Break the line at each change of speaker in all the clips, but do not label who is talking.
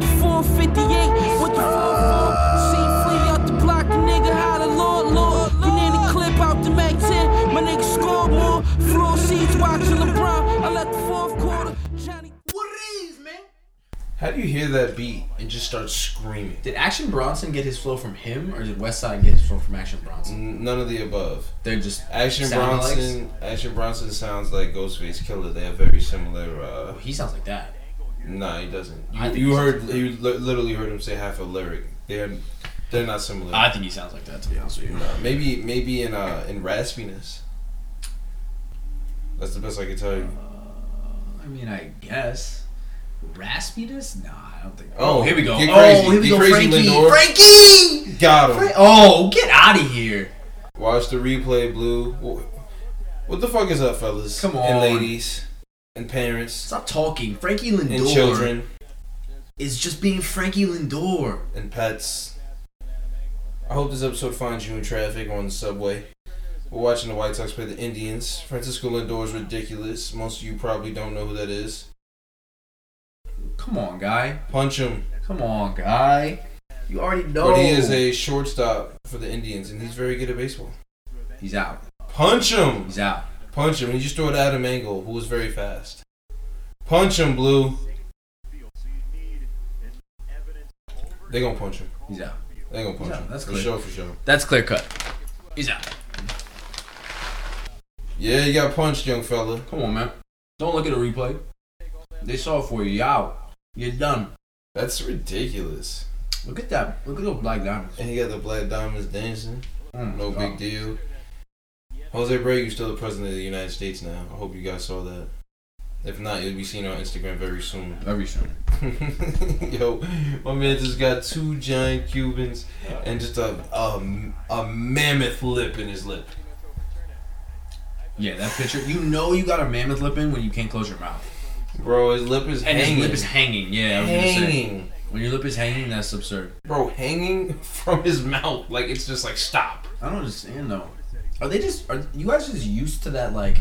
458. What you fall for? See, flee out the block, nigga. Holla, Lord, Lord. Banana clip out the Mac 10. My nigga score more. Floor seats watching LeBron. I left the fourth quarter. Johnny.
How do you hear that beat and just start screaming?
Did Action Bronson get his flow from him, or did Westside get his flow from Action Bronson?
N- None of the above.
They're just
Action
sound alikes.
Bronson. Action Bronson sounds like Ghostface Killer. They have very similar. uh
He sounds like that.
Nah, he doesn't.
I think
You, you
he
heard.
sounds-
You li- literally heard him say half a lyric. They're they're not similar.
I think he sounds like that to be honest with you.
Nah, maybe maybe in uh in raspiness. That's the best I can tell you.
I mean, I guess raspiness. Nah, I don't think.
Oh,
Oh, here we go.
get
Oh,
crazy.
here we
Get
go,
crazy,
Frankie.
Lindor.
Frankie.
Got him.
Fra- oh, get out of here.
Watch the replay, Blue. Wh- What the fuck is up, fellas?
Come
And
on.
ladies. And parents.
Stop talking. Frankie Lindor
And children.
is just being Frankie Lindor.
And pets. I hope this episode finds you in traffic or on the subway. We're watching the White Sox play the Indians. Francisco Lindor is ridiculous. Most of you probably don't know who that is.
Come on, guy.
Punch him.
Come on, guy. You already know.
But he is a shortstop for the Indians, and he's very good at baseball.
He's out.
Punch him.
He's out.
Punch him. And you just throw it at Adam Engel, who was very fast. Punch him, Blue. They're going to punch him.
He's out.
They're going to punch
Yeah,
him.
that's
for
clear.
sure, for sure.
That's clear cut. He's out.
Yeah, you got punched, young fella.
Come on, man. Don't look at the replay. They saw it for you. You're out. You're done.
That's ridiculous.
Look at that. Look at those black diamonds.
And he got the Black Diamonds dancing.
Oh my
No big
God.
deal. Jose Abreu's still the president of the United States now. I hope you guys saw that. If not, you'll be seen on Instagram very soon.
Very soon.
Yo, my man just got two giant Cubans and just a a, a mammoth lip in his lip.
Yeah, that picture. You know you got a mammoth lip in when you can't close your mouth.
Bro, his lip is
And
hanging.
his lip is hanging. Yeah, I was gonna say.
hanging.
When your lip is hanging, that's absurd.
Bro, hanging from his mouth. Like, it's just like, stop.
I don't understand though. Are they just? Are you guys just used to that like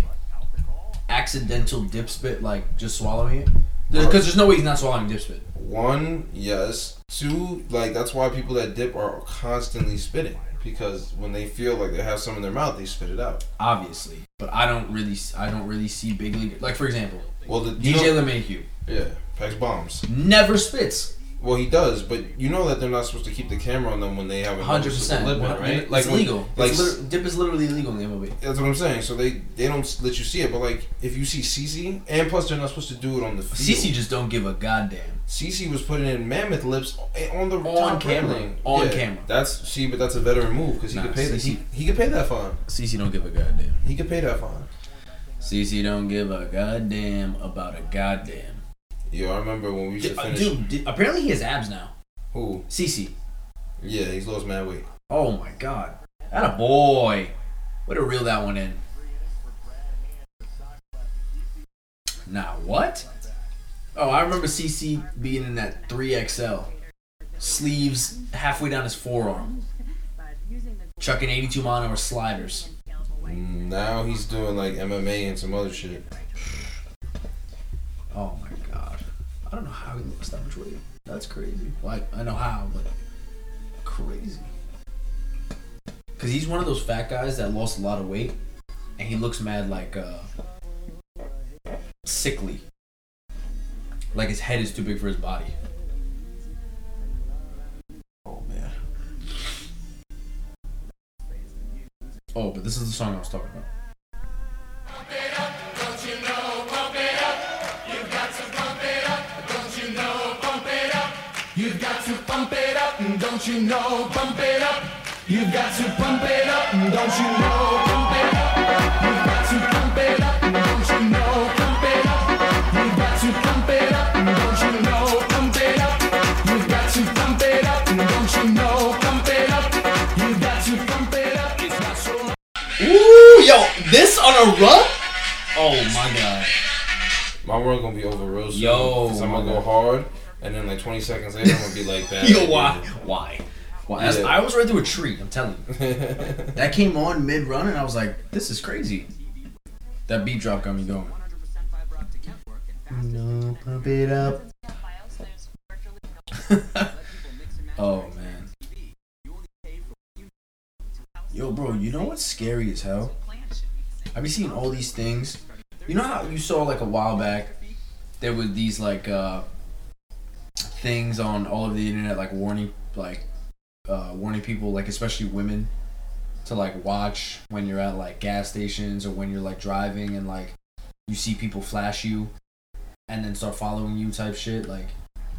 accidental dip spit? Like just swallowing it? Because there's no way he's not swallowing dip spit.
One, yes. Two, like, that's why people that dip are constantly spitting. Because when they feel like they have some in their mouth, they spit it out.
Obviously, but I don't really, I don't really see big league. Like for example,
Well, the you
DJ
know-
LeMahieu
yeah, packs bombs.
never spits.
Well, he does, but you know that they're not supposed to keep the camera on them when they have a
Hundred percent.
noticeable lip in, right?
Like it's
when-
legal.
Like
It's lit- dip is literally legal in the MLB.
That's what I'm saying. So they they don't let you see it, but like if you see CC, and plus they're not supposed to do it on the
CC
field.
just don't give a goddamn.
CC was putting in mammoth lips eh, on the
On
top
camera.
railing.
On camera.
That's see, but that's a veteran move because he
Nah,
could pay the, he,
CC
he could pay that fine.
CC don't give a goddamn.
He could pay that fine.
CC don't give a goddamn about a goddamn.
Yo, I remember when we used to
Uh,
finish.
Dude, di- apparently he has abs now.
Who?
CC.
Yeah, he's lost mad weight.
Oh my god. That a boy. What a reel that one in. Nah, what? Oh, I remember CC being in that 3XL. Sleeves halfway down his forearm. Chucking 82 mile an hour sliders.
Now he's doing like MMA and some other shit.
Oh my god. I don't know how he lost that much weight. That's crazy. Like, I know how, but crazy. Cause he's one of those fat guys that lost a lot of weight and he looks mad like uh sickly. Like his head is too big for his body.
Oh man.
Oh, but this is the song I was talking about.
You've got to pump it up, and don't you know? Pump it up. You've got to pump it up, and don't you know? Pump it up. You've got to pump it up, and don't you know? Pump it up. You've got to pump it up, and don't you know? Pump it up. You've got to pump it up, and don't you know? Pump it up. You've got to pump it up. It's not so much.
Ooh, yo, this on a run? Oh my god.
My world gonna be over real soon.
Yo.
i I'm gonna go hard, and then like 20 seconds later, I'm gonna be like that.
Yo, why? Why? Why? That's-
Yeah.
I was right through a tree. I'm telling you. that came on mid run, and I was like, "This is crazy." That beat drop got me going. No, pump it up. oh man. Yo, bro, you know what's scary as hell? I've been seeing all these things. You know how you saw like a while back there were these like uh things on all of the internet like warning like uh warning people like especially women to like watch when you're at like gas stations or when you're like driving and like you see people flash you and then start following you type shit like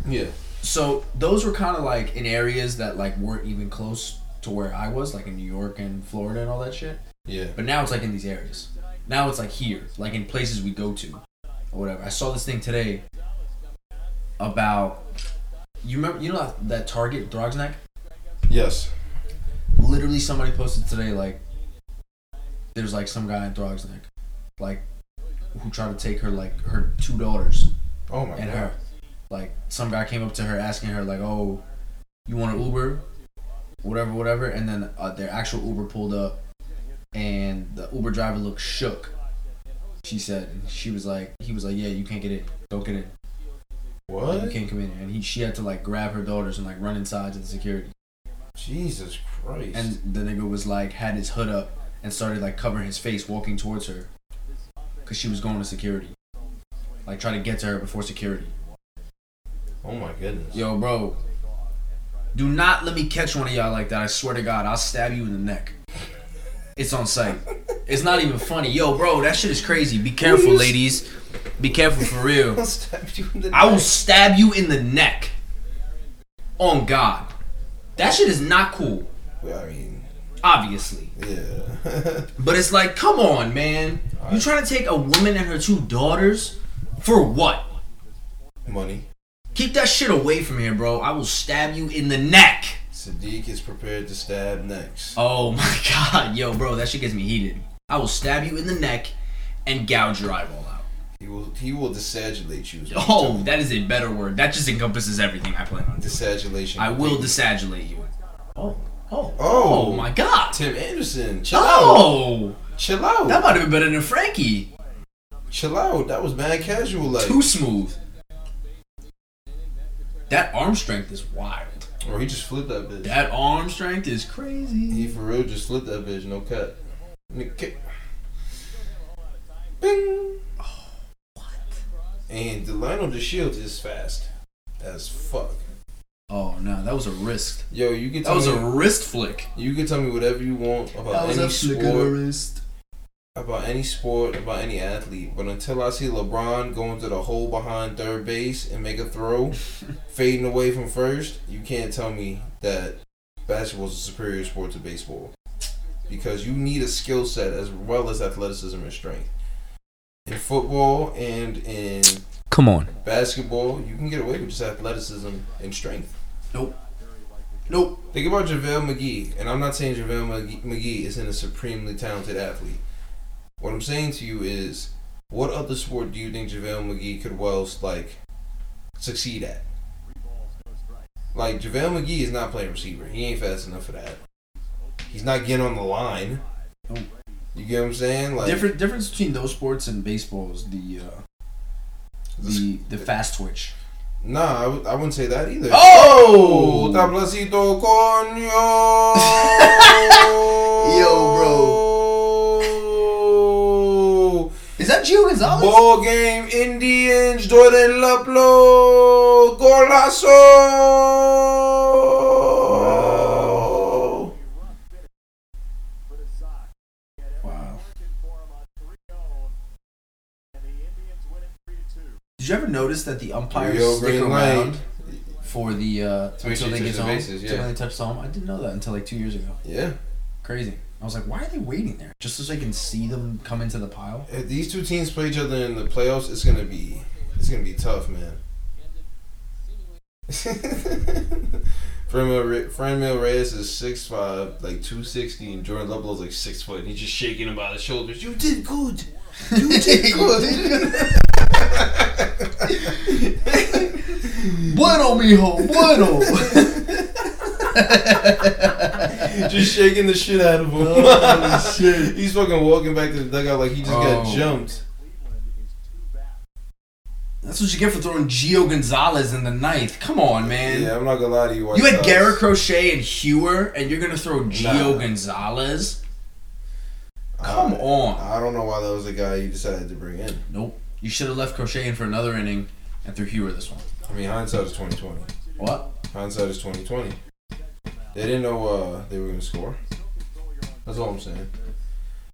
Yeah.
so those were kind of like in areas that like weren't even close to where I was, like in New York and Florida and all that shit.
Yeah.
But now it's like in these areas. Now it's like here, like in places we go to, or whatever. I saw this thing today about you remember you know that, that Target Throg's Neck.
Yes.
Literally, somebody posted today like there's like some guy in Throg's Neck, like who tried to take her like her two daughters
Oh my
and
god.
her. Like some guy came up to her asking her like, "Oh, you want an Uber?" Whatever, whatever. And then uh, their actual Uber pulled up, and the Uber driver looked shook. She said and she was like, he was like, "Yeah, you can't get in. Don't get in. You
What?
can't come in." And he, she had to like grab her daughters and like run inside to the security.
Jesus Christ.
And the nigga was like, had his hood up and started like covering his face, walking towards her, cause she was going to security. Like trying to get to her before security.
oh my goodness.
Yo, bro. Do not let me catch one of y'all like that. I swear to God, I'll stab you in the neck. It's on site. It's not even funny. Yo, bro, that shit is crazy. Be careful,
you s-
ladies. Be careful for real.
stab you in the
I will stab you in the neck. On God. That shit is not cool,
Well, I mean,
obviously.
yeah.
But it's like, come on, man. You trying to take a woman and her two daughters for what?
Money.
Keep that shit away from here, bro. I will stab you in the neck.
Sadiq is prepared to stab next.
Oh my god, yo, bro, that shit gets me heated. I will stab you in the neck and gouge your eyeball out.
He will. He will desagulate you. is what he told
Oh,
me.
that is a better word. That just encompasses everything I plan on doing.
desagulation.
I will desagulate you. Oh, oh,
Oh.
my god.
Tim Anderson. Chill out.
Oh,
Chill out.
that might have been better than Frankie.
Chill out. That was mad casual. Like,
Too smooth. That arm strength is wild.
or he just flipped that bitch.
That arm strength is crazy.
He for real just flipped that bitch. No cut. No kick. Bing. And Delano the Shield is fast as fuck.
Oh no, that was a wrist.
Yo, you can
That
tell
was a
me,
wrist flick.
you can tell me whatever you want about any sport,
wrist.
about any sport, about any athlete, but until I see LeBron go into the hole behind third base and make a throw, fading away from first, you can't tell me that basketball is a superior sport to baseball because you need a skill set as well as athleticism and strength. In football and in
Come on.
basketball, you can get away with just athleticism and strength.
Nope. Nope.
Think about JaVale McGee, and I'm not saying JaVale McGee- McGee isn't a supremely talented athlete. What I'm saying to you is, what other sport do you think JaVale McGee could well like succeed at? Like JaVale McGee is not playing receiver. He ain't fast enough for that. He's not getting on the line.
Nope.
You get what I'm saying? Like
Different difference between those sports and baseball is the uh, the the fast twitch.
Nah, I w- I wouldn't say that either.
Oh!
Tablacito coño.
Yo,
bro.
Is that Gio Gonzalez?
Ball game Indians, Jordan Luplo, Golazo.
Wow. Did you ever notice that the umpires
Rio
stick
Green Light.
around for the uh,
Till he
until they
touches
get
the
home?
bases, yeah.
Until they touch the home. I didn't know that until like two years ago.
Yeah,
Crazy. I was like, why are they waiting there? Just so they can see them come into the pile?
if these two teams play each other in the playoffs, it's gonna be it's gonna be tough, man. Fran Mil Re- Fran Mil Reyes is 6'5", like 260, and Jordan Luplo's like 6 foot, and he's just shaking him by the shoulders. You did good. You did good.
bueno, mijo. Bueno.
just shaking the shit out of him.
Oh, shit.
He's fucking walking back to the dugout like he just got
Oh.
jumped.
That's what you get for throwing Gio Gonzalez in the ninth. Come on, man.
Yeah, I'm not gonna lie to you. White
You had
Sox.
Garrett Crochet and Hewer, and you're gonna throw Gio
Nah.
Gonzalez?
I-
Come on.
I don't know why that was the guy you decided to bring in.
Nope. You should have left Crochet in for another inning and threw Hewer this one.
I mean, hindsight is 2020.
What?
Hindsight is 2020. They didn't know uh, they were gonna score. That's all I'm saying.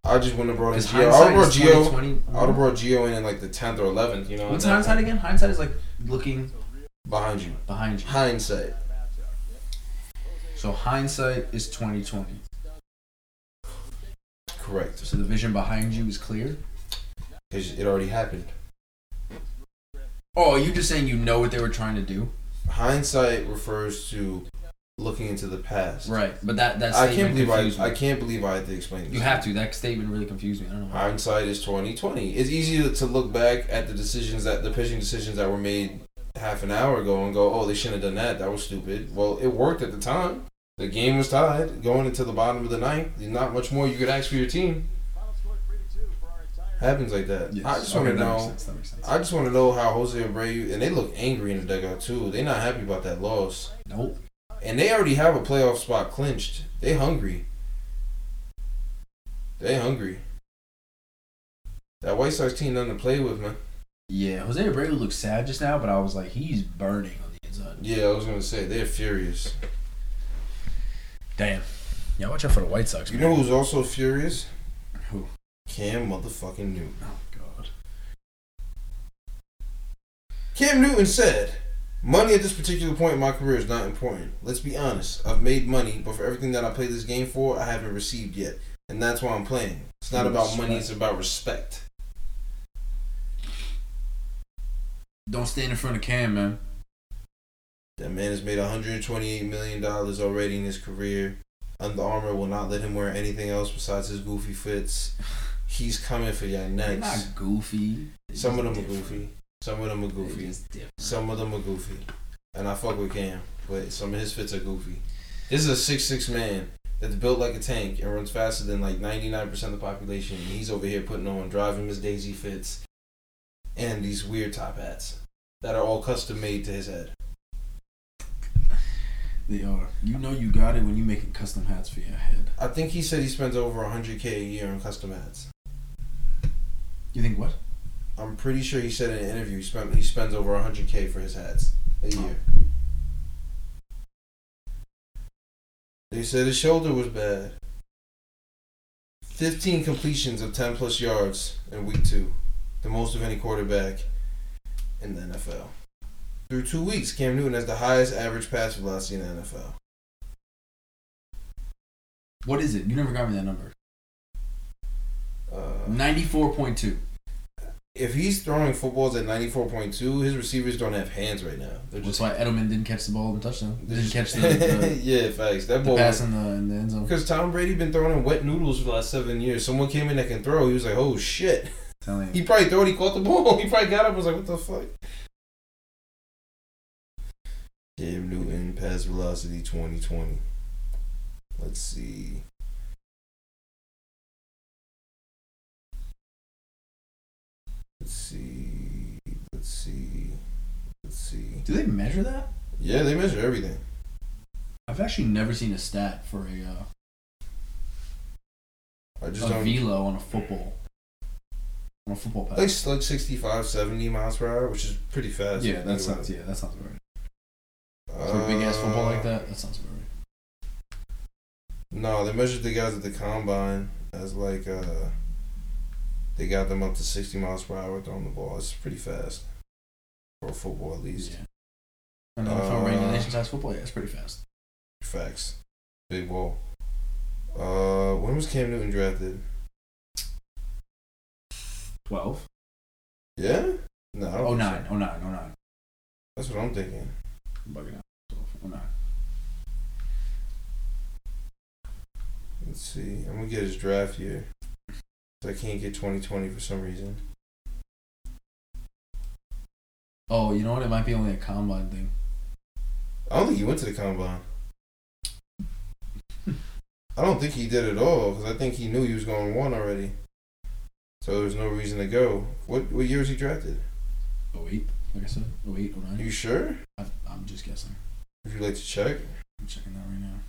I just wouldn't have brought in
'Cause
Gio. I would
hindsight
have brought
is
Gio.
2020.
I would have brought Gio in in like the 10th or 11th. You know,
What's hindsight again? Hindsight is like looking
behind you.
behind you.
Hindsight.
So hindsight is 2020.
Correct.
So the vision behind you is clear.
Because it already happened.
Oh, are you just saying you know what they were trying to do?
Hindsight refers to looking into the past.
Right. But that that
I can't
statement
believe I,
confused
I
me.
can't believe I had to explain this.
You have to. That statement really confused me. I don't know. why.
Hindsight is twenty twenty. It's easy to- to look back at the decisions that the pitching decisions that were made half an hour ago and go, oh, they shouldn't have done that. That was stupid. Well, it worked at the time. The game was tied going into the bottom of the ninth. There's not much more you could ask for your team. Happens like that.
Yes.
I just want to
Okay, that makes
know.
sense, that makes sense.
I just want to know how Jose Abreu and they look angry in the dugout too. They're not happy about that loss,
Nope.
and they already have a playoff spot clinched. They hungry. They hungry. That White Sox team nothing to play with, man.
Yeah, Jose Abreu looks sad just now, but I was like, he's burning on the inside.
Yeah, I was gonna say they're furious.
Damn. Yeah, watch out for the White Sox.
You know who's also furious?
Who?
Cam motherfucking Newton.
Oh God.
Cam Newton said, Money at this particular point in my career is not important. Let's be honest. I've made money, but for everything that I play this game for, I haven't received yet. And that's why I'm playing. It's not about money, it's about respect.
Don't stand in front of Cam, man.
That man has made $128 million already in his career. Under Armour will not let him wear anything else besides his goofy fits. He's coming for y'all
They're
next.
not goofy. They're
Some of
just
them are
different.
goofy. Some of them are
They're
goofy.
just different.
Some of them are goofy, and I fuck with Cam, but some of his fits are goofy. This is a six six man that's built like a tank and runs faster than like ninety nine percent of the population. And he's over here putting on driving Miss Daisy fits, and these weird top hats that are all custom made to his head.
They are. You know you got it when you making custom hats for your head.
I think he said he spends over hundred k a year on custom hats.
You think what?
I'm pretty sure he said in an interview he spent he spends over hundred k for his hats a year. They said his shoulder was bad. 15 completions of 10 plus yards in week two, the most of any quarterback in the NFL. Through two weeks, Cam Newton has the highest average pass velocity in the NFL.
What is it? You never got me that number.
Uh,
Ninety-four point two.
if he's throwing footballs at 94.2, his receivers don't have hands right now. They're
That's
just.
why Edelman didn't catch the ball in the touchdown.
they're
Didn't
just-
catch the, the,
yeah, facts. That
the
ball.
pass in the, in the end zone.
Because Tom Brady been throwing in wet noodles for the last seven years. Someone came in that can throw. He was like, oh shit.
Telling
He
you.
probably thought he caught the ball. He probably got up and was like, what the fuck? Cam Newton, pass velocity 2020. Let's see. Let's see. Let's see. Let's see.
Do they measure that?
Yeah, they measure everything.
I've actually never seen a stat for a,
I just
uh, a
don't.
velo on a football. On a football pass.
Like, like 65, 70 miles per hour, which is pretty fast.
yeah, that sounds yeah, that sounds about right.
Uh,
For a big ass football like that, that sounds about right.
No, they measured the guys at the combine as like uh they got them up to sixty miles per hour throwing the ball. It's pretty fast. For football at least.
Yeah. And then for regular
Uh,
nation size football, yeah, it's pretty fast.
Facts. Big ball. Uh when was Cam Newton drafted?
Twelve.
Yeah? No. I don't
Oh
think so.
nine. Oh nine. Oh nine.
That's what I'm thinking.
I'm bugging out. 12, Oh nine.
Let's see. I'm gonna get his draft year. 'Cause I can't get twenty twenty for some reason.
Oh, you know what? It might be only a combine thing.
I don't think he went to the combine. I don't think he did at all because I think he knew he was going one already. So there's no reason to go. What what year was he drafted?
Oh eight. Like I said, 08, 09.
You sure?
I, I'm just guessing.
Would you like to check?
I'm checking that right now.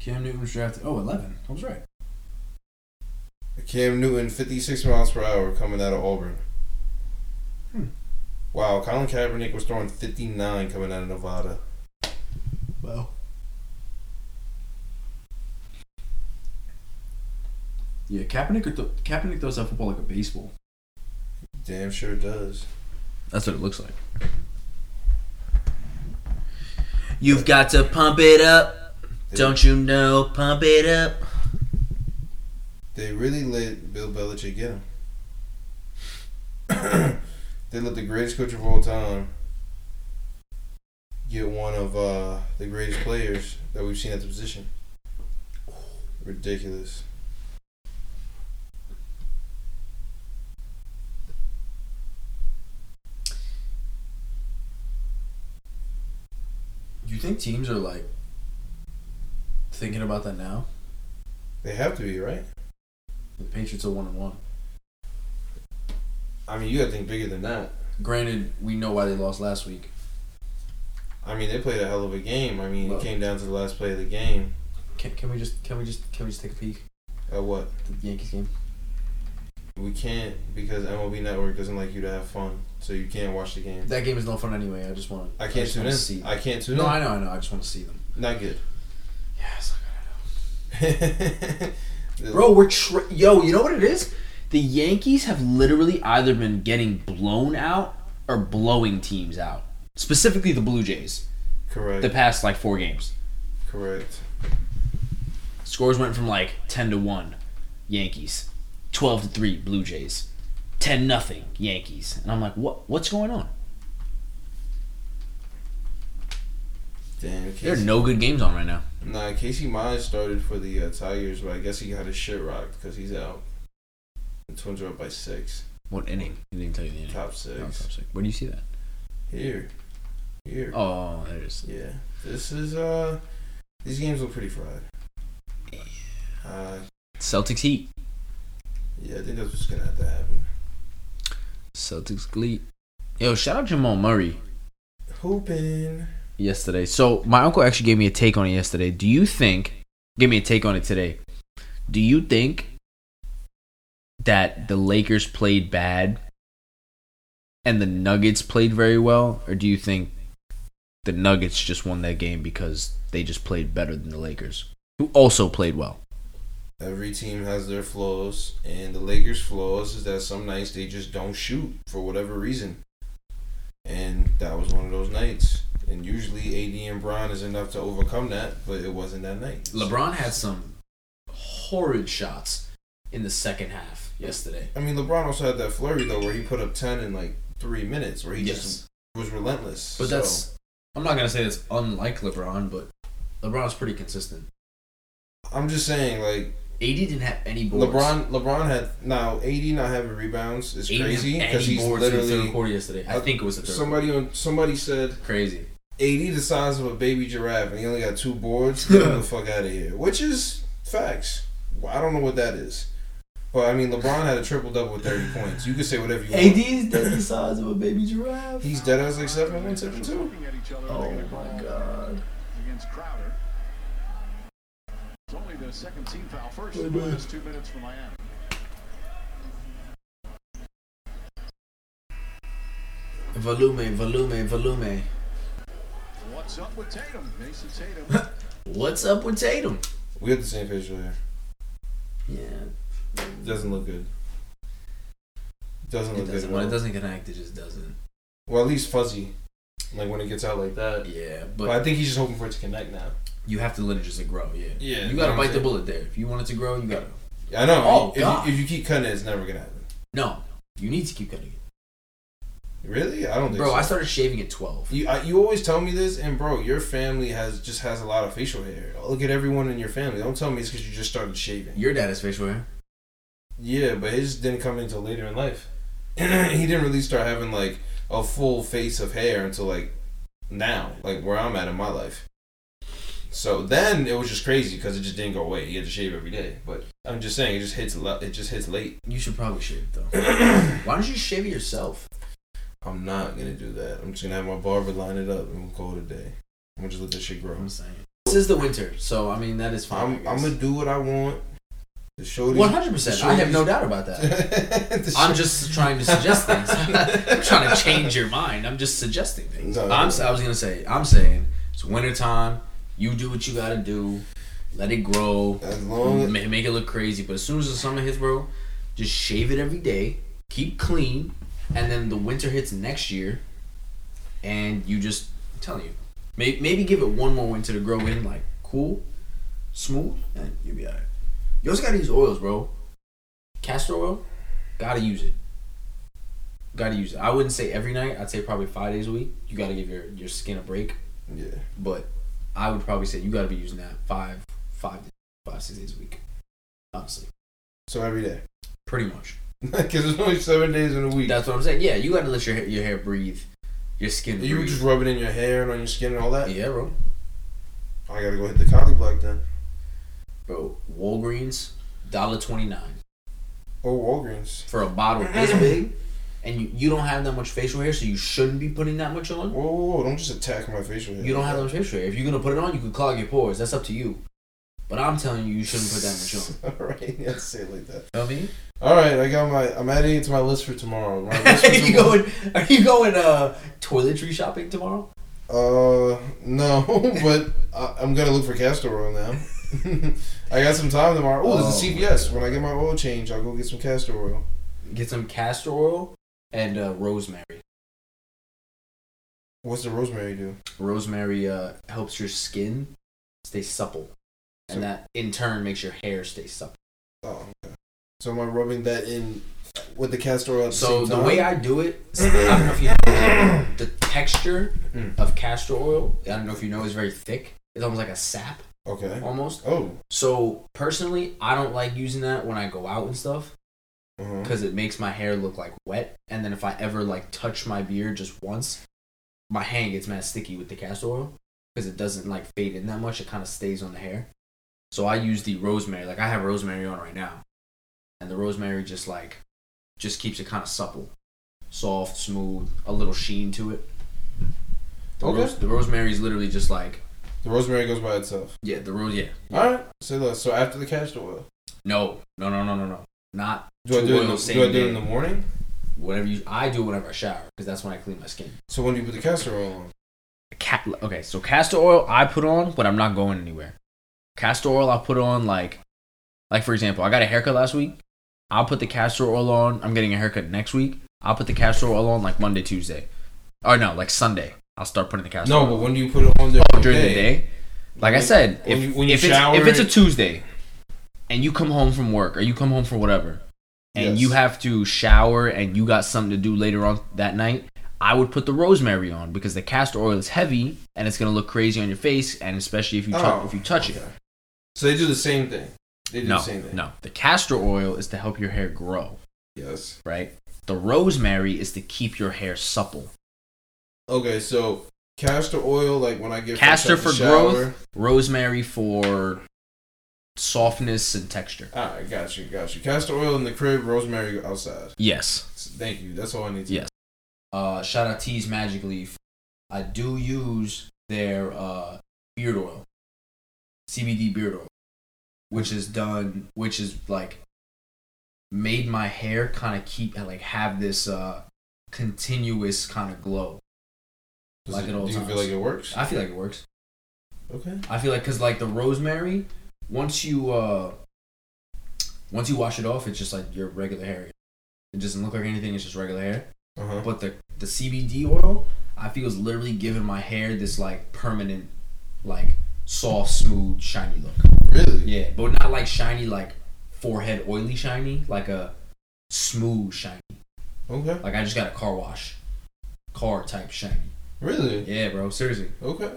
Cam Newton was drafted. Oh, 11. I was right.
Cam Newton, 56 miles per hour coming out of Auburn.
Hmm.
Wow, Colin Kaepernick was throwing 59 coming out of Nevada.
Wow. Yeah, Kaepernick, th- Kaepernick throws that football like a baseball.
Damn sure does.
That's what it looks like. You've got to pump it up. Don't you know? Pump it up.
They really let Bill Belichick get him. they let the greatest coach of all time get one of uh, the greatest players that we've seen at the position. Ridiculous.
Do you think teams are like thinking about that now?
They have to be, right?
The Patriots are one and one.
I mean, you got to think bigger than that.
Granted, we know why they lost last week.
I mean, they played a hell of a game. I mean,
Well-
it came down to the last play of the game.
Can, can we just can we just can we just take a peek
At what?
at the Yankees game?
We can't because MLB Network doesn't like you to have fun, so you can't watch the game.
That game is no fun anyway. I just want.
I can't
just
tune
wanna
in.
See.
I can't tune
no,
in.
I know, I know. I just want to see them.
Not good.
Yeah, it's not good. Bro, we're tra- yo. You know what it is? The Yankees have literally either been getting blown out or blowing teams out. Specifically, the Blue Jays.
correct.
The past like four games.
correct.
Scores went from like 10 to 1 Yankees, 12 to 3 Blue Jays, 10 nothing Yankees. And I'm like, "What what's going on?
Damn.
There are
Casey,
no good games on right now."
nah, Casey Mize started for the uh, Tigers, but I guess he got his shit rocked because he's out. The Twins are up by six,
What inning? You didn't tell you the inning.
top
Oh, top
six.
six. Where do you see that?
Here, here.
Oh, there it is.
Yeah, this is uh, these games look pretty fried. Uh,
Celtics Heat.
yeah, I think that's what's gonna have to happen.
Celtics Glee. Yo, shout out Jamal Murray
Hooping.
yesterday. So, my uncle actually gave me a take on it yesterday. Do you think give me a take on it today? Do you think that the Lakers played bad and the Nuggets played very well, or do you think the Nuggets just won that game because they just played better than the Lakers, who also played well?
Every team has their flaws, and the Lakers' flaws is that some nights they just don't shoot for whatever reason. And that was one of those nights. And usually AD and Bron is enough to overcome that, but it wasn't that night.
LeBron had some horrid shots in the second half yesterday.
I mean, LeBron also had that flurry though, where he put up ten in like three minutes, where he just was relentless.
But
So,
that's I'm not gonna say that's unlike LeBron, but LeBron's pretty consistent.
I'm just saying, like
AD didn't have any boards.
LeBron. LeBron had now AD not having rebounds is
AD didn't have
crazy
any
because he's
boards in the third
literally
quarter yesterday. I
Uh,
think it was the third.
somebody on somebody said
quarter. Crazy.
AD the size of a baby giraffe and he only got two boards, get him the fuck out of here. Which is facts. Well, I don't know what that is. But I mean, LeBron had a triple double with 30 points. You can say whatever you want.
is the size of a baby giraffe.
He's dead as like 7 1, 7 2.
Looking at each other.
Oh
They're gonna
my
call
god.
Against Crowder. It's only the second team foul first. in this two minutes for Miami.
Volume, volume, volume.
What's up with Tatum? Mason Tatum.
What's up with Tatum?
We have the same picture here.
Yeah.
Doesn't look good. Doesn't
It
look
doesn't.
good.
When
Well.
it doesn't connect, it just doesn't.
well, at least fuzzy. Like when it gets out like that.
Yeah,
But,
but
I think he's just hoping for it to connect now.
you have to let it just grow. Yeah.
Yeah,
You
you
gotta
know what
bite
I'm
the
saying.
bullet there. If you want it to grow, you gotta.
I know.
Oh,
if,
God.
you, if you keep cutting it, it's never going to happen.
No, you need to keep cutting it,
Really? I don't think
bro.
so.
I started shaving at twelve.
You I, you always tell me this, and bro, your family has just has a lot of facial hair. Look at everyone in your family. Don't tell me it's because you just started shaving.
Your dad has facial hair.
Yeah, but his didn't come until later in life. he didn't really start having like a full face of hair until like now, like where I'm at in my life. So then it was just crazy because it just didn't go away. He had to shave every day. But I'm just saying, it just hits. le- It just hits late.
You should probably shave though. Why don't you shave it yourself?
I'm not gonna do that. I'm just gonna have my barber line it up and we'll call it a day. I'm gonna just let this shit grow.
I'm saying. This is the winter, so I mean that is fine.
I'm I'm gonna do what I want. The show.
one hundred percent. I have no doubt about that. I'm just trying to suggest things. I'm not I'm trying to change your mind. I'm just suggesting things.
No.
I'm, s- I was gonna say. I'm saying it's wintertime. You do what you gotta do. Let it grow.
As long as-
Ma- make it look crazy. But as soon as the summer hits, bro, just shave it every day. Keep clean, and then the winter hits next year, and you just I'm telling you, may, maybe give it one more winter to grow in, like cool, smooth, and you'll be alright. You also gotta use oils, bro. Castor oil, gotta use it. Gotta use it. I wouldn't say every night. I'd say probably five days a week. You gotta give your, your skin a break.
Yeah.
But I would probably say you gotta be using that five, five, five, six days a week. Honestly,
So every day.
pretty much.
Because there's only seven days in a week.
That's what I'm saying. Yeah, you gotta let your ha- your hair breathe, your skin
you
breathe.
just rub it in your hair and on your skin and all that.
yeah, bro.
I gotta go hit the collie block then.
Bro, Walgreens, dollar twenty nine
Or Oh, Walgreens.
for a bottle this big, and you, you don't have that much facial hair, so you shouldn't be putting that much on.
Whoa, whoa, whoa, don't just attack my facial hair.
You don't have that
them.
much facial hair. If you're gonna put it on, you could clog your pores. That's up to you. But I'm telling you, you shouldn't put that much on.
Alright, yeah, say it like that.
You know what I mean?
Alright, I got my. I'm adding it to my list for tomorrow. My list for
you
tomorrow-
going? Are you going uh toiletry shopping tomorrow?
Uh, no, but I, I'm gonna look for castor oil now. I got some time tomorrow. Ooh,
Oh,
there's a CVS. When I get my oil change, I'll go get some castor oil.
Get some castor oil and uh, rosemary.
What's the rosemary do?
Rosemary uh, helps your skin stay supple,
So-
and that in turn makes your hair stay supple.
Oh, okay. So am I rubbing that in with the castor oil? At the
So
same
the
time?
way I do it, I don't know if you know, the texture
Mm.
of castor oil. I don't know if you know, is very thick. It's almost like a sap,
Okay.
almost.
Oh.
So personally, I don't like using that when I go out and stuff
Uh-huh.
because it makes my hair look like wet. And then if I ever like touch my beard just once, my hand gets mad sticky with the castor oil because it doesn't like fade in that much. It kind of stays on the hair. So I use the rosemary. Like I have rosemary on right now, and the rosemary just like just keeps it kind of supple, soft, smooth, a little sheen to it. The
Okay.
the rosemary is literally just like
The rosemary goes by itself.
yeah. The rose yeah.
All right. So look, so after the castor oil,
No, no, no, no, no, no. Not
do I
Two
do it? In the,
oils,
do
same
I do it
day.
in the morning?
whatever you. I do it whenever I shower because that's when I clean my skin.
So when do you put the castor oil on?
Ca okay, so castor oil I put on, but I'm not going anywhere. Castor oil I put on like, like for example, I got a haircut last week. I'll put the castor oil on. I'm getting a haircut next week. I'll put the castor oil on like Monday, Tuesday, or no, like Sunday. I'll start putting the castor
No,
oil
but when do you put it on during,
on Oh, during the day. Like I said,
When
if,
you- when you
if, it's,
shower
if it's a
and-
Tuesday and you come home from work or you come home from whatever and
Yes.
you have to shower and you got something to do later on that night, I would put the rosemary on because the castor oil is heavy and it's gonna look crazy on your face and especially if you
Oh,
tou- if you touch it.
okay. So they do the same thing. They do
No,
the same thing.
no. The castor oil is to help your hair grow,
Yes.
right? The rosemary is to keep your hair supple.
Okay. So castor oil, like when I get fresh
Castor
out the
for
shower-
growth, rosemary for softness and texture.
All right, got you, got you. Castor oil in the crib, rosemary outside.
Yes.
Thank you. That's all I need. to
Yeah. uh, shout out Tease Magic Leaf. I do use their uh, beard oil, CBD beard oil, which is done, which is like made my hair kind of keep like have this uh, continuous kind of glow.
Does
Like
it-
at all
Do you feel
times.
like it works?
I feel like it works.
Okay.
I feel like because like the rosemary, once you uh, once you wash it off, it's just like your regular hair. It doesn't look like anything. It's just regular hair.
Uh huh.
But the the CBD oil, I feel is literally giving my hair this like permanent, like soft, smooth, shiny look.
Really?
Yeah, but not like shiny like forehead oily shiny, like a smooth shiny.
Okay.
Like I just got a car wash, car type shiny.
Really?
Yeah, bro, seriously.
Okay.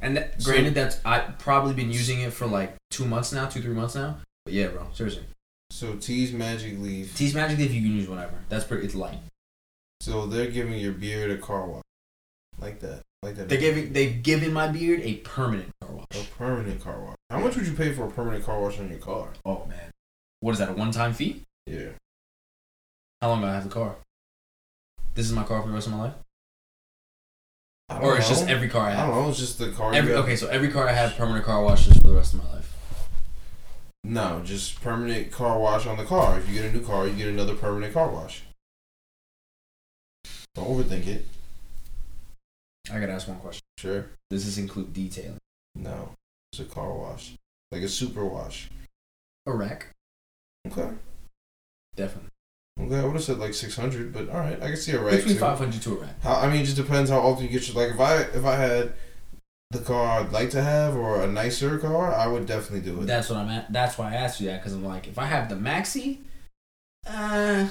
And that,
So-
granted, that's I probably been using it for like two months now, two three months now. But yeah, bro, seriously.
So tease magic leaf.
Tease magically if you can use whatever. That's pretty. It's light.
So they're giving your beard a car wash, like that, like that.
They're giving they've given my beard a permanent car wash.
A permanent car wash. How much would you pay for a permanent car wash on your car?
Oh man, what is that? A one-time fee?
Yeah.
How long do I have the car? This is my car for the rest of my life,
I don't
or it's just
know.
every car
I
I have.
don't know. It's just the car.
Every
you have.
okay, so every car I have permanent car washes for the rest of my life.
No, just permanent car wash on the car. If you get a new car, you get another permanent car wash. Don't overthink it.
I gotta ask one question.
Sure.
Does this include detailing?
No, it's a car wash, like a super wash.
A rack?
Okay.
Definitely.
Okay, I would have said like six hundred, but all right, I can see a rack.
Between
too.
five hundred to a rack.
How, I mean, it just depends how often you get your. Like, if I if I had the car I'd like to have or a nicer car, I would definitely do it.
That's what I'm at. That's why I asked you that because I'm like, if I have the maxi, uh,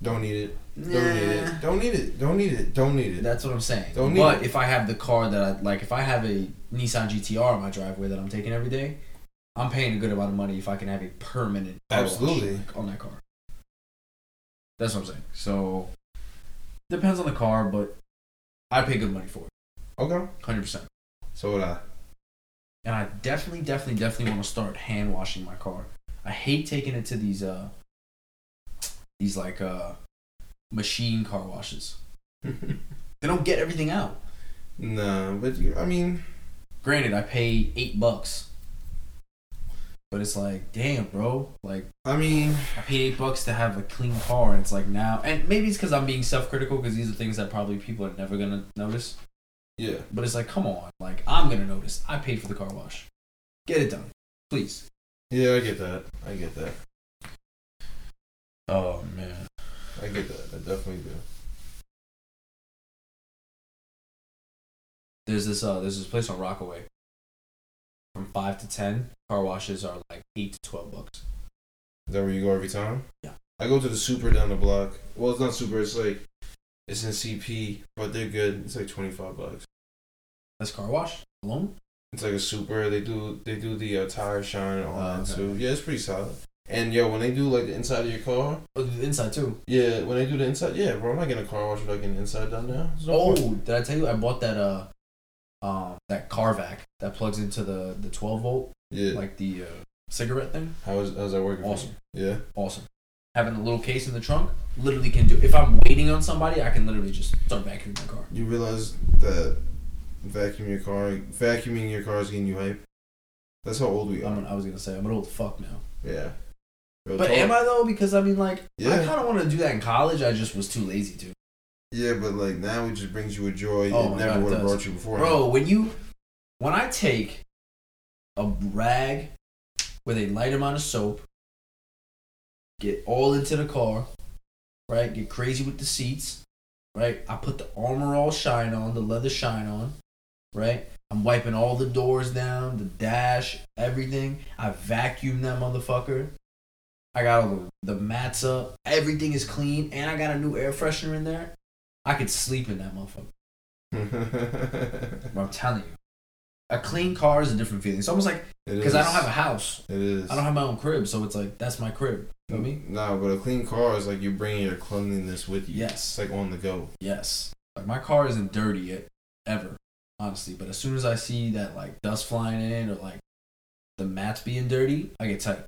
Don't need it. Don't need
nah.
it. Don't need it. Don't need it. Don't need it.
That's what I'm saying.
Don't need
but
it.
if I have the car that I like, if I have a Nissan GTR in my driveway that I'm taking every day, I'm paying a good amount of money if I can have a permanent car wash
Absolutely.
on that- on that car. That's what I'm saying. So depends on the car, but I pay good money for it,
Okay.
hundred percent.
So would I.
And I definitely, definitely, definitely want to start hand washing my car. I hate taking it to these uh these like uh machine car washes. They don't get everything out.
nah, but you- I mean,
granted i pay eight bucks but it's like damn bro like
I mean,
i paid eight bucks to have a clean car and it's like now and maybe it's because i'm being self-critical because these are things that probably people are never gonna notice
yeah.
but it's like come on like i'm gonna notice i paid for the car wash get it done please
Yeah, I get that. I get that.
oh man
I get that. I definitely do.
there's this uh there's this place on rockaway from five to ten car washes are like eight to twelve bucks
Is that where you go every time?
Yeah.
I go to the super down the block. Well, it's not super. It's like it's in CP, but they're good. It's like twenty five bucks.
that's car wash alone
It's like a super. They do they do the uh, tire shine and all
Oh,
that
okay.
too. Yeah, it's pretty solid. And yo, when they do like the inside of your car,
oh, the inside too
yeah, when they do the inside, yeah, bro, I'm not getting a car wash without getting the inside done now. There's no
Oh,
point.
did I tell you I bought that uh um that Carvac that plugs into the the 12 volt
yeah.
like the uh, cigarette thing?
how is how's that working? for you?
Awesome.
Yeah.
Awesome. Having a little case in the trunk literally can do. If I'm waiting on somebody, I can literally just start vacuuming my car.
You realize that vacuum your car, vacuuming your car is getting you hype. That's how old we are.
I'm an, I was gonna say I'm an old fuck now,
yeah. Real
Um, but
talk.
am I though? Because I mean, like, I
Yeah.
kind of want to do that in college. I just was too lazy to.
Yeah, but like now it just brings you a joy
Oh
it
my
never
God, it
would have
does.
brought you before.
Bro, when you when I take a rag with a light amount of soap, get all into the car, right? Get crazy with the seats, right? I put the armor all shine on, the leather shine on, right? I'm wiping all the doors down, the dash, everything. I vacuum that motherfucker. I got all the, the mats up. Everything is clean, and I got a new air freshener in there. I could sleep in that motherfucker.
it
But I'm telling you, a clean car is a different feeling. It's almost like because I don't have a house,
It is.
I don't have my own crib, so it's like that's my crib. You know what I mean?
No, but a clean car is like you bringing your cleanliness with you. It's
Yes,
like on the go.
yes. Like my car isn't dirty yet, ever, honestly. But as soon as I see that like dust flying in or like the mats being dirty, I get tight.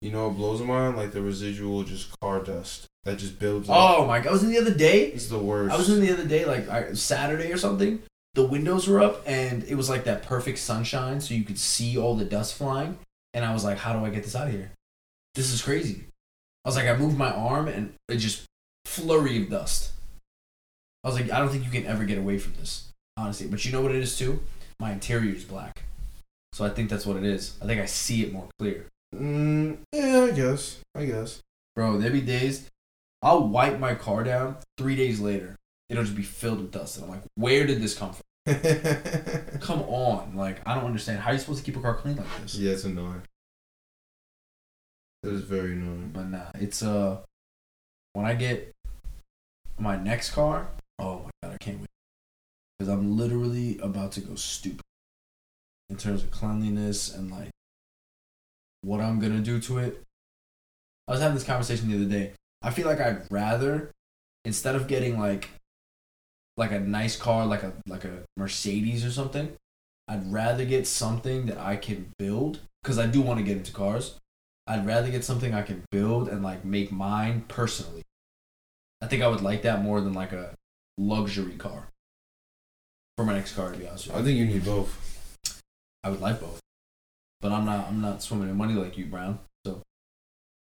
You know what blows my mind? Like the residual just car dust that just builds up.
Oh my god! I was in the other day.
It's the worst.
I was in the other day, like I, Saturday or something. The windows were up, and it was like that perfect sunshine, so you could see all the dust flying. And I was like, "How do I get this out of here? This is crazy." I was like, I moved my arm, and it just flurry of dust. I was like, I don't think you can ever get away from this, honestly. But you know what it is too? My interior is black, so I think that's what it is. I think I see it more clear,
Mm, yeah, I guess. I guess.
bro. There be days I'll wipe my car down. Three days later, it'll just be filled with dust, and I'm like, where did this come from?
yeah,
Come on, like I don't understand. How are you supposed to keep a car clean like this?
it's annoying. It is very annoying.
But nah, it's uh when I get my next car, oh my god, I can't wait. Because I'm literally about to go stupid in terms of cleanliness and like what I'm gonna do to it. I was having this conversation the other day. I feel like I'd rather instead of getting like like a nice car, like a like a Mercedes or something, I'd rather get something that I can build because I do want to get into cars. I'd rather get something I can build and like make mine personally. I think I would like that more than like a luxury car for my next car. To be honest with you,
I think you need both.
I would like both, but I'm not. I'm not swimming in money like you, Brown. So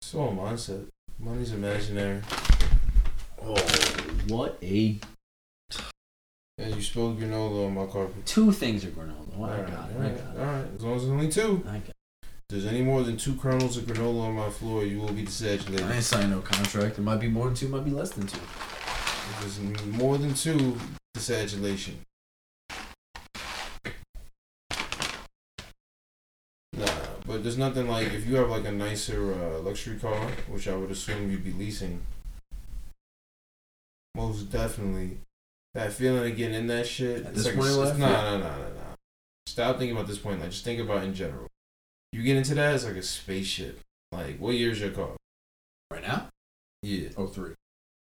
It's all mindset. Money's imaginary.
Oh, What a
And you spilled granola on my carpet.
two things are granola. Oh, I got it. I
alright,
got it.
alright. As long as there's only two.
I got it.
If there's any more than two kernels of granola on my floor, you will be desaturated.
I ain't signing no contract. It might be more than two. Might be less than two.
If there's more than two, desatulation. Nah, but there's nothing like if you have like a nicer uh, luxury car, which I would assume you'd be leasing. Most definitely, that feeling of getting in that shit.
At
it's
this
like
point in
it's-
life,
nah,
yeah.
nah, nah, nah, nah. Stop thinking about this point. Like, just think about in general. You get into that, it's like a spaceship. Like, what year's your car?
Right now,
Yeah.
oh three.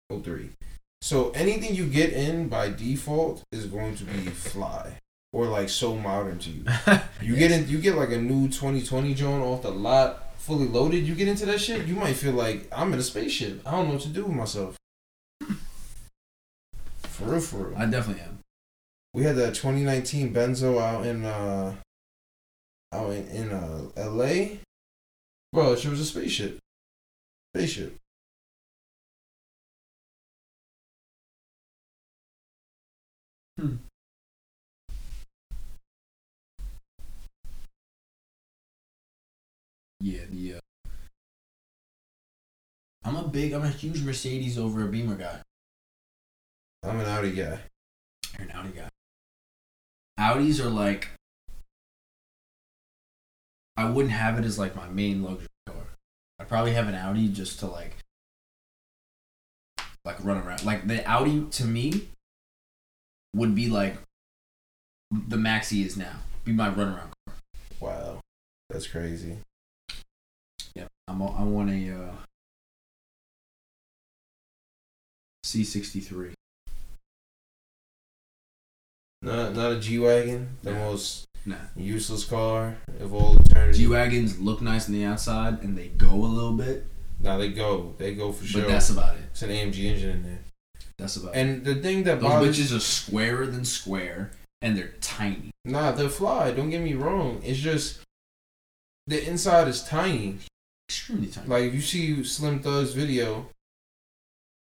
03. So anything you get in by default is going to be fly or like so modern to you. You get in, you get like a new 2020 joint off the lot, fully loaded. You get into that shit, you might feel like I'm in a spaceship. I don't know what to do with myself. For real, for real.
I definitely am.
We had that 2019 Benzo out in uh out in, in uh LA. Bro, she was a spaceship. Spaceship.
Hmm. Yeah, the. Uh, I'm a big, I'm a huge Mercedes over a Beamer guy.
I'm an Audi guy.
You're an Audi guy. Audis are like. I wouldn't have it as like my main luxury car. I'd probably have an Audi just to like. Like run around. Like the Audi to me would be like the Maxi is now. Be my runaround.
Wow. That's crazy.
Yeah. I'm a, I want a uh, C63.
Not not a G wagon, the
Nah.
most
Nah.
useless car of all eternity.
G Wagons look nice on the outside and they go a little bit,
nah, they go, they go for sure.
but that's about it.
It's an AMG engine in there.
That's about it.
And the thing that
Those
bothers,
bitches are squarer than square, and they're tiny.
nah, they're fly. Don't get me wrong. It's just the inside is tiny.
Extremely tiny.
Like if you see Slim Thug's video,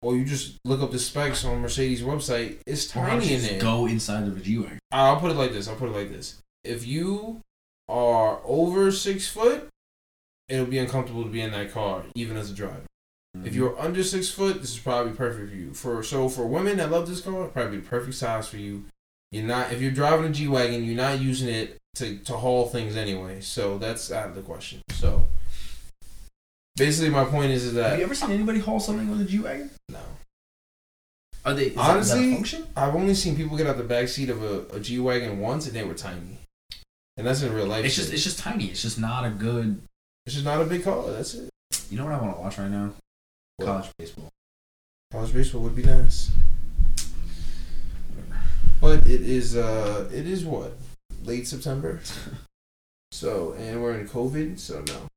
or you just look up the specs on Mercedes website, it's
Or how
tiny in
just
there.
Go inside of a G wagon.
I'll put it like this. I'll put it like this. If you are over six foot, it'll be uncomfortable to be in that car, even as a driver. If
Mm-hmm.
you're under six foot, this is probably perfect for you. For so for women that love this car, it'd probably be the perfect size for you. You're not if you're driving a G wagon, you're not using it to to haul things anyway. So that's out of the question. So basically, my point is, is
have you
that
ever seen anybody haul something with a G wagon?
no,
Are they is That, is that
Honestly-
a function?
I've only seen people get out the back seat of a, a G wagon once, and they were tiny. And that's in real life.
It's
shit.
just it's just tiny. It's just not a good.
It's just not a big call. That's it.
You know what I want to watch right now?
What?
College baseball.
College baseball would be nice, but it is uh, it is what late September, so and we're in COVID, so no.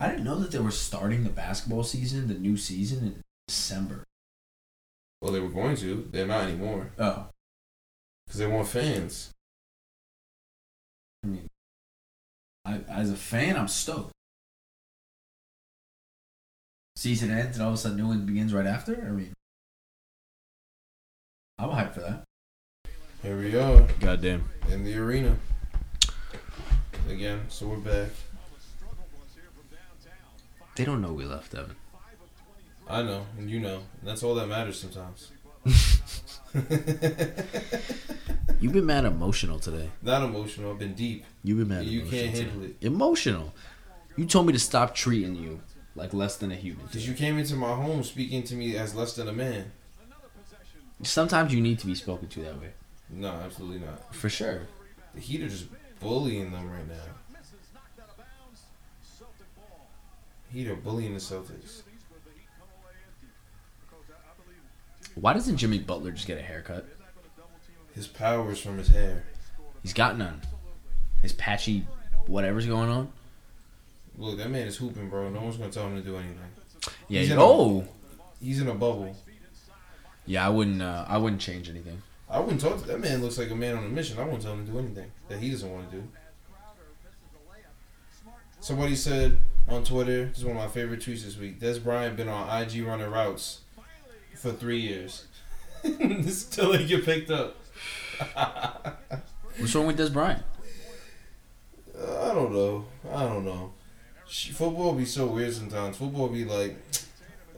I didn't know that they were starting the basketball season, the new season in December.
Well, they were going to. They're not anymore
Oh,
because they want fans.
I mean, I, as a fan, I'm stoked. Season ends and all of a sudden, new one begins right after. I mean, I'm hyped for that.
Here we are
Goddamn.
in the arena again. So we're back.
They don't know we left, Evan.
I know, and you know, and that's all that matters sometimes.
You've been mad emotional today.
Not emotional. I've been deep.
You've been mad
You
emotional.
can't
today.
handle it.
Emotional. You told me to stop treating you like less than a human.
Cause you came into my home speaking to me as less than a man.
Sometimes you need to be spoken to that way.
No, absolutely not.
For sure.
The Heat are just bullying them right now. Heat are bullying the Celtics.
Why doesn't Jimmy Butler just get a haircut?
His power is from his hair.
He's got none. His patchy whatever's going on.
Look, that man is hooping, bro. No one's gonna tell him to do anything.
Yeah.
He's in a-
Oh.
He's in a bubble.
Yeah, I wouldn't. Uh, I wouldn't change anything.
I wouldn't talk to that man. Looks like a man on a mission. I wouldn't tell him to do anything that he doesn't want to do. Somebody said on Twitter, this is one of my favorite tweets this week. Des Bryant been on IG running routes for three years. Still ain't get picked up.
What's wrong with Des Bryant?
Uh, I don't know. I don't know. Sh- Football be so weird sometimes. Football be like,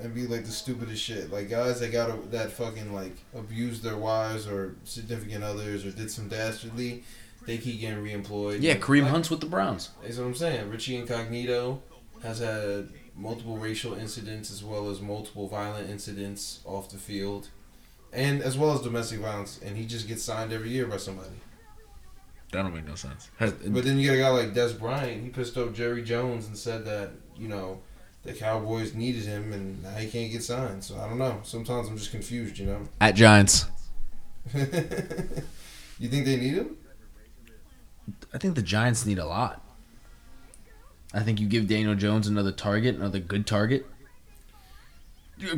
and be like the stupidest shit. Like guys that got a, that fucking like abused their wives or significant others or did some dastardly, they keep getting reemployed.
Yeah, Kareem
Like,
Hunt's with the Browns.
That's what I'm saying. Richie Incognito has had multiple racial incidents as well as multiple violent incidents off the field, and as well as domestic violence. And he just gets signed every year by somebody.
That don't make no sense.
But then you got a guy like Des Bryant. He pissed off Jerry Jones and said that you know the Cowboys needed him, and now he can't get signed. So I don't know. Sometimes I'm just confused. You know.
At Giants,
you think they need him?
I think the Giants need a lot. I think you give Daniel Jones another target, another good target.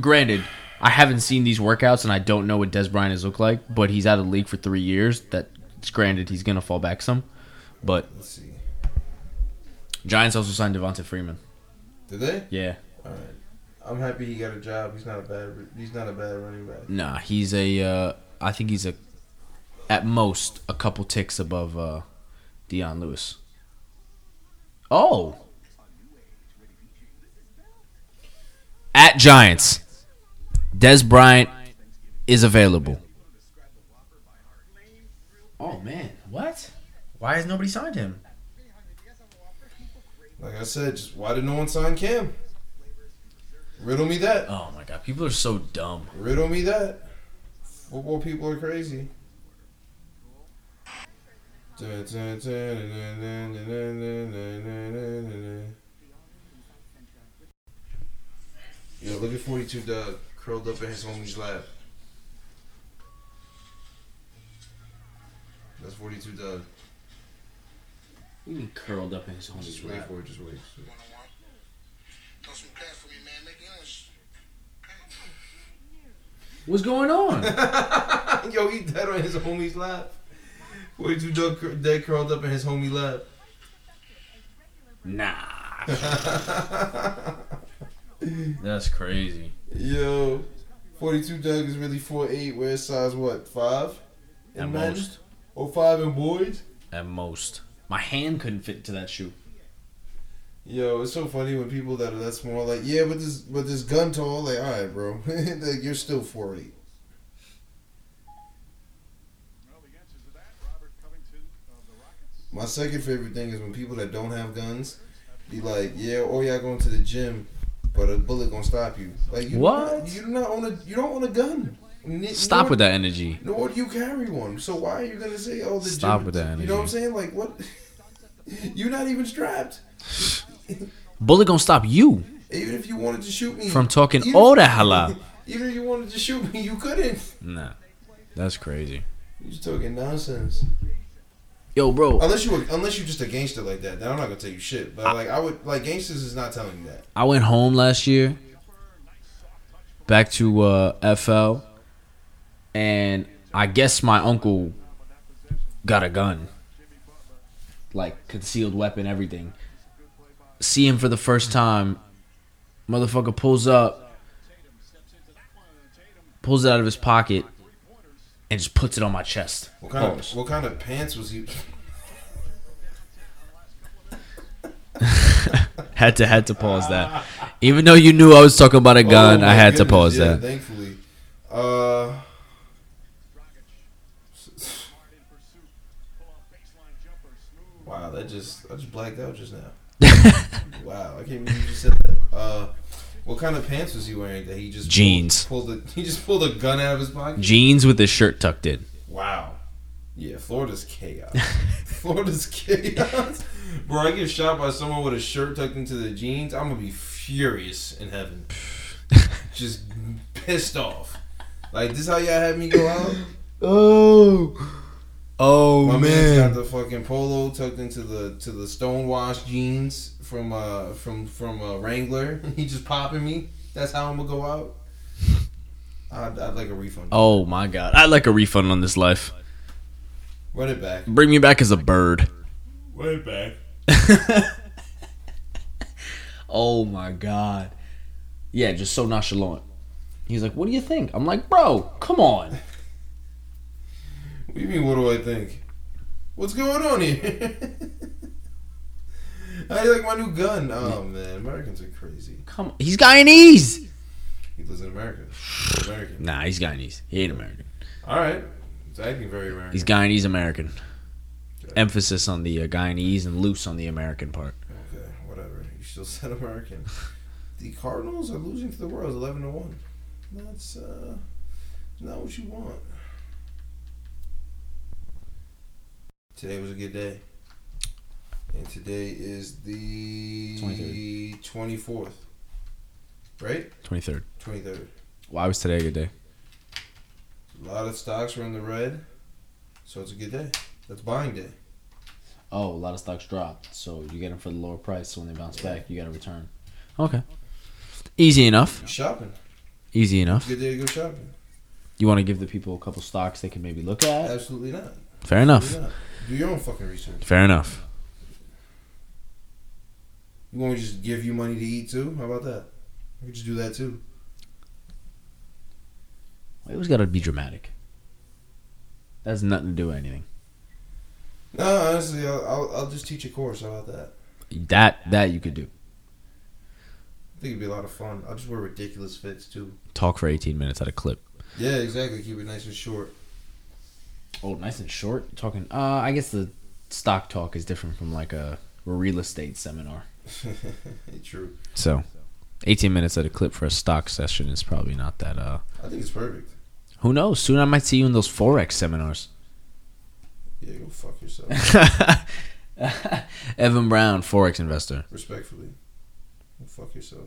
Granted, I haven't seen these workouts and I don't know what Des Bryant has looked like, but he's out of the league for three years. That granted, he's gonna fall back some. But
Let's see.
Giants also signed Devonta Freeman.
Did they?
Yeah,
All right. I'm happy he got a job. He's not a bad. He's not a bad running back.
nah, he's a. Uh, I think he's a, at most a couple ticks above uh, Dion Lewis. Oh, at Giants, Des Bryant is available. Oh man, what? Why has nobody signed him?
Like I said, just why did no one sign Cam? Riddle me that.
Oh my god, people are so dumb.
Riddle me that. Football people are crazy. Yeah, look at 42 Doug curled up in his homie's lap. That's 42 Doug.
He curled up in his
Just wait for it, just wait. Just wait.
What's going on?
Yo, he dead on his homie's lap. 42 Doug cur- dead curled up in his homie lap.
nah. That's crazy.
Yo, 42 Doug is really 4'8, where size what, 5?
At
In men?
most.
Or 5 in boys?
At most. My hand couldn't fit into that shoe.
Yo, it's so funny when people that are that small, like, yeah, but this but this gun tall, like, alright, bro. like, you're still 4'8.
Well, the answer to that, Robert Covington of the Rockets.
My second favorite thing is when people that don't have guns be like, yeah, oh, y'all going to the gym, but a bullet gonna stop you. Like, you
What?
you do not own a, you don't own a gun. Ni-
Stop
nor-
with that energy.
Nor do you carry one. So why are you gonna say all the
Stop
gym-
with that
You know what I'm
energy.
saying? Like what? You're not even strapped.
Bullet gonna stop you
Even if you wanted to shoot me
from talking
even-
all that halal.
Even if you wanted to shoot me, you couldn't.
Nah. That's crazy.
You're just talking nonsense.
Yo, bro,
Unless you were, unless you just a gangster like that, then I'm not gonna tell you shit. But like I would like gangsters is not telling you that.
I went home last year back to uh FL and I guess my uncle got a gun. Like concealed weapon, everything. See him for the first time. Motherfucker pulls up. pulls it out of his pocket and just puts it on my chest.
What kind
Pause.
of what kind of pants was he?
Had to had to pause that. Even though you knew I was talking about a gun,
Oh, my
I had to
goodness,
pause
yeah,
that.
Thankfully, uh, wow, that just I just blacked out just now. wow, I can't believe you just said that. Uh, what kind of pants was he wearing that he just pulled-
Jeans.
Pulled, the, he just pulled a gun out of his pocket.
Jeans with his shirt tucked in.
Wow. Yeah, Florida's chaos. Florida's chaos. Bro, I get shot by someone with a shirt tucked into the jeans. I'm gonna be furious in heaven. Just pissed off. Like this how y'all had me go out?
Oh, Oh
My man's got
man,
the fucking polo tucked into the to the stonewashed jeans from uh from from uh, Wrangler. he just popping me. That's how I'm gonna go out. I'd, I'd like a refund.
oh my god, I'd like a refund on this life.
Run it back.
Bring me back as a bird.
Run it back.
Oh my god. Yeah, just so nonchalant. He's like, "What do you think?" I'm like, "Bro, come on."
What do you mean? What do I think? What's going on here? I like my new gun. Oh man, Americans are crazy.
Come on. He's Guyanese.
He lives in America. American.
Nah, he's Guyanese. He ain't American.
All right. He's acting very American.
He's Guyanese American. Emphasis on the uh, Guyanese and loose on the American part.
Okay, whatever. You still said American. the Cardinals are losing to the Royals, eleven to one. That's uh, not what you want. Today was a good day, and today is the
23rd.
twenty fourth, right?
23rd.
Twenty third.
Why was today a good day?
A lot of stocks were in the red, so it's a good day. That's buying day.
Oh, a lot of stocks dropped, so you get them for the lower price. So when they bounce back, you got to return. Okay. Easy enough.
Shopping.
Easy enough.
Good day to go shopping.
You want to give the people a couple stocks they can maybe look at.
Absolutely not.
Fair enough.
Absolutely not. Do your own fucking research.
Fair enough.
You want me to just give you money to eat too? How about that? We could just do that too.
It always got to be dramatic. That has nothing to do with anything.
No, honestly, I'll, I'll, I'll just teach a course. How about that?
That that you could do.
I think it'd be a lot of fun. I'll just wear ridiculous fits too.
Talk for 18 minutes at a clip.
Yeah, exactly. Keep it nice and short.
Oh, nice and short. Talking. Uh, I guess the stock talk is different from like a real estate seminar.
True.
So, 18 minutes at a clip for a stock session is probably not that. Uh,
I think it's perfect.
who knows? Soon I might see you in those forex seminars.
Yeah, go fuck yourself.
Evan Brown, forex investor.
Respectfully. Go fuck yourself.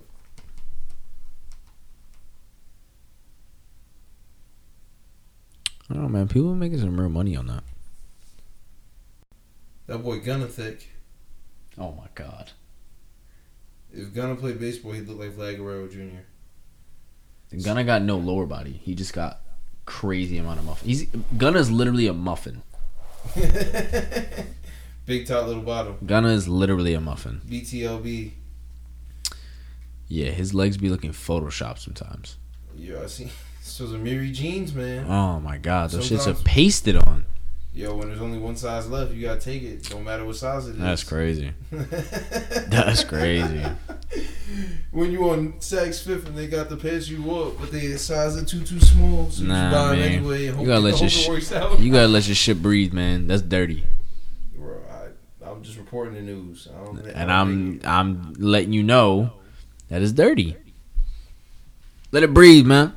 Oh man, people are making some real money on that.
That boy Gunna thick.
Oh my god,
If Gunna played baseball, he'd look like Vlad Guerrero Jr.
Gunna got no lower body. He just got crazy amount of muffin. He's Gunna's literally a muffin.
Big top, little bottom.
Gunna is literally a muffin.
BTLB.
Yeah, his legs be looking photoshopped sometimes.
Yo, I see. So the Miri jeans, man.
Oh my god, those shits
Sometimes-
are pasted on.
Yo, when there's only one size left, you gotta take it. Don't matter what size it is.
That's crazy. That's crazy.
when you on Saks Fifth and they got the pants you wore, but they size are too too small, so
Nah,
you buy them
man.
anyway. and Hope
You gotta let
hope
your
it
sh-
works out.
You gotta let your shit breathe, man. That's dirty.
Bro, I, I'm just reporting the news. I don't, I don't
And I'm
think
I'm letting you know that it's dirty. Let it breathe, man.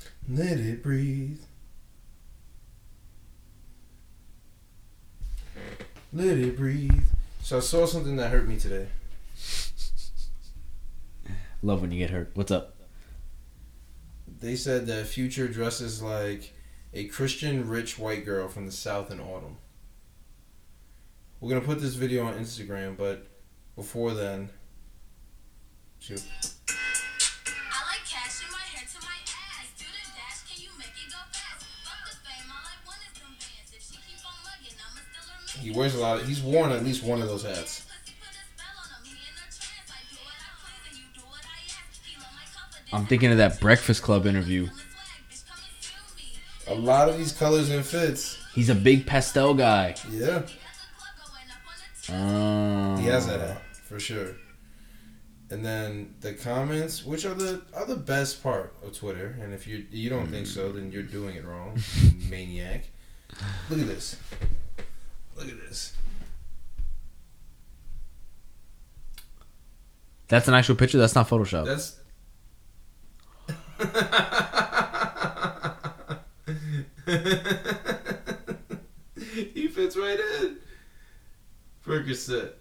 it- let it breathe. Let it breathe. So I saw something that hurt me today.
Love when you get hurt. What's up?
They said that Future dresses like a Christian rich white girl from the South in autumn. We're gonna put this video on Instagram, but before then, shoot.
I like cashing my hair to my ass. Do the dash, can you make it go fast? Fuck the fame, all I want is them bands. If she keep on lugging, I'ma still her man.
he wears a lot. Of, he's worn at least one of those hats.
Pussy put a spell on him, he in a trance. I do what I please and you do what I ask. He love my confidence.
I'm thinking of that Breakfast Club interview.
I'm a swag, bitch, come and feel
A
me.
lot of these colors and fits.
He's a big pastel guy.
Yeah,
He got the club going up on the tip.
Um,
he has that hat for sure. And then the comments, which are the are the best part of Twitter. And if you you don't think so, then you're doing it wrong, maniac. Look at this. Look at this.
That's an actual picture. That's not Photoshop.
That's. he fits right in. Percocet.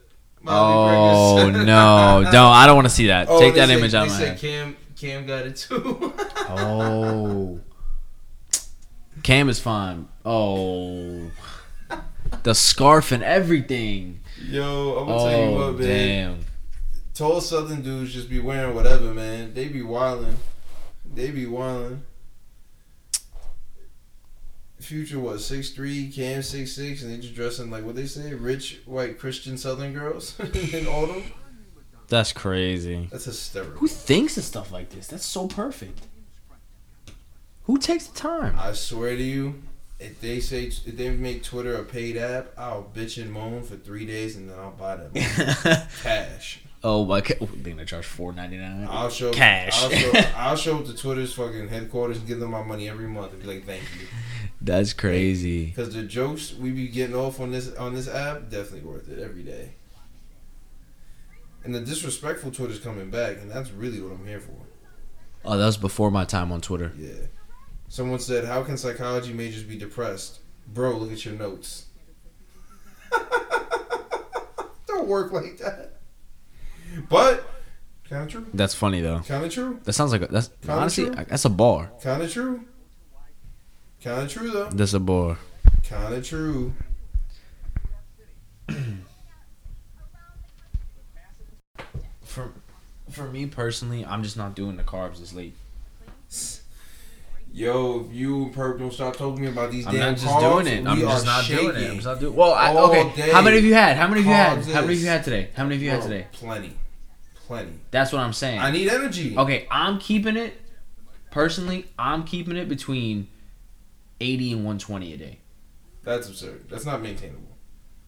Molly
oh
Percocet.
no, no! I don't want to see that.
Oh,
Take
they
that
said-
Oh,
image out
Oh, they
of my
said
head.
Cam
Cam got it too.
Oh. Cam is fine. Oh. The scarf and everything.
Yo, I'm gonna tell you
Oh,
what, man.
damn.
Tall Southern dudes just be wearing whatever, man. They be wildin'. They be wildin'. Future was six three, Cam six six, and they just dressing like what they say, rich white Christian Southern girls in autumn.
That's crazy.
That's hysterical.
Who thinks of stuff like this? That's so perfect. Who takes the time?
I swear to you, if they say if they make Twitter a paid app, I'll bitch and moan for three days, and then I'll buy them cash.
oh my god. They're gonna charge four ninety nine.
I'll show
Cash.
I'll show, I'll show up to Twitter's fucking headquarters and give them my money every month and be like, thank you.
That's crazy.
Cause the jokes we be getting off on this on this app definitely worth it every day. And the disrespectful Twitter's coming back, and that's really what I'm here for.
Oh, that was before my time on Twitter.
Yeah. Someone said, "How can psychology majors be depressed?" Bro, look at your notes. Don't work like that. But kind of true.
That's funny though.
Kind of true.
That sounds like a, that's
Kinda
honestly
true.
that's a bar.
Kind of true. Kind of true though.
That's a bar.
Kind of true.
For for me personally, I'm just not doing the carbs this late.
Yo, if you and Perp don't stop talking to me about these
I'm
damn
not just
carbs,
doing it.
we
I'm
are
just not doing it.
shaking.
I'm just not doing. Well, I,
All
okay.
day.
How many of you had? How many of you had?
Carbs
How many of
is-
you had today? How many of you had
Bro,
today?
Plenty. Plenty.
That's what I'm saying.
I need energy.
okay, I'm keeping it. Personally, I'm keeping it between 80 and 120 a day.
That's absurd. That's not maintainable.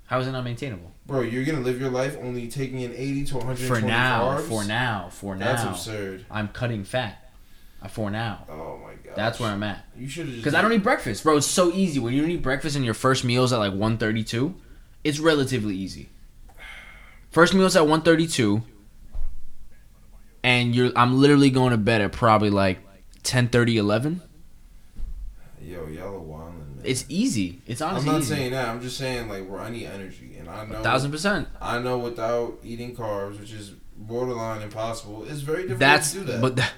How is it not maintainable?
Bro, you're going to live your life only taking in 80 to 120
For now,
carbs?
for now, for now.
That's absurd.
I'm cutting fat. Uh, For now,
Oh my god.
that's where I'm at.
You should have just
Because I don't eat breakfast, bro. It's so easy when you don't eat breakfast and your first meal's at like 1:32. It's relatively easy. First meal's at 1:32, and you're I'm literally going to bed at probably like 10:30, 11.
Yo, y'all are wilding, man.
It's easy. It's
I'm
honestly
not
easy.
saying that. I'm just saying like where I need energy and I know
Thousand percent.
I know without eating carbs, which is borderline impossible, it's very difficult
That's
to do that.
but tha-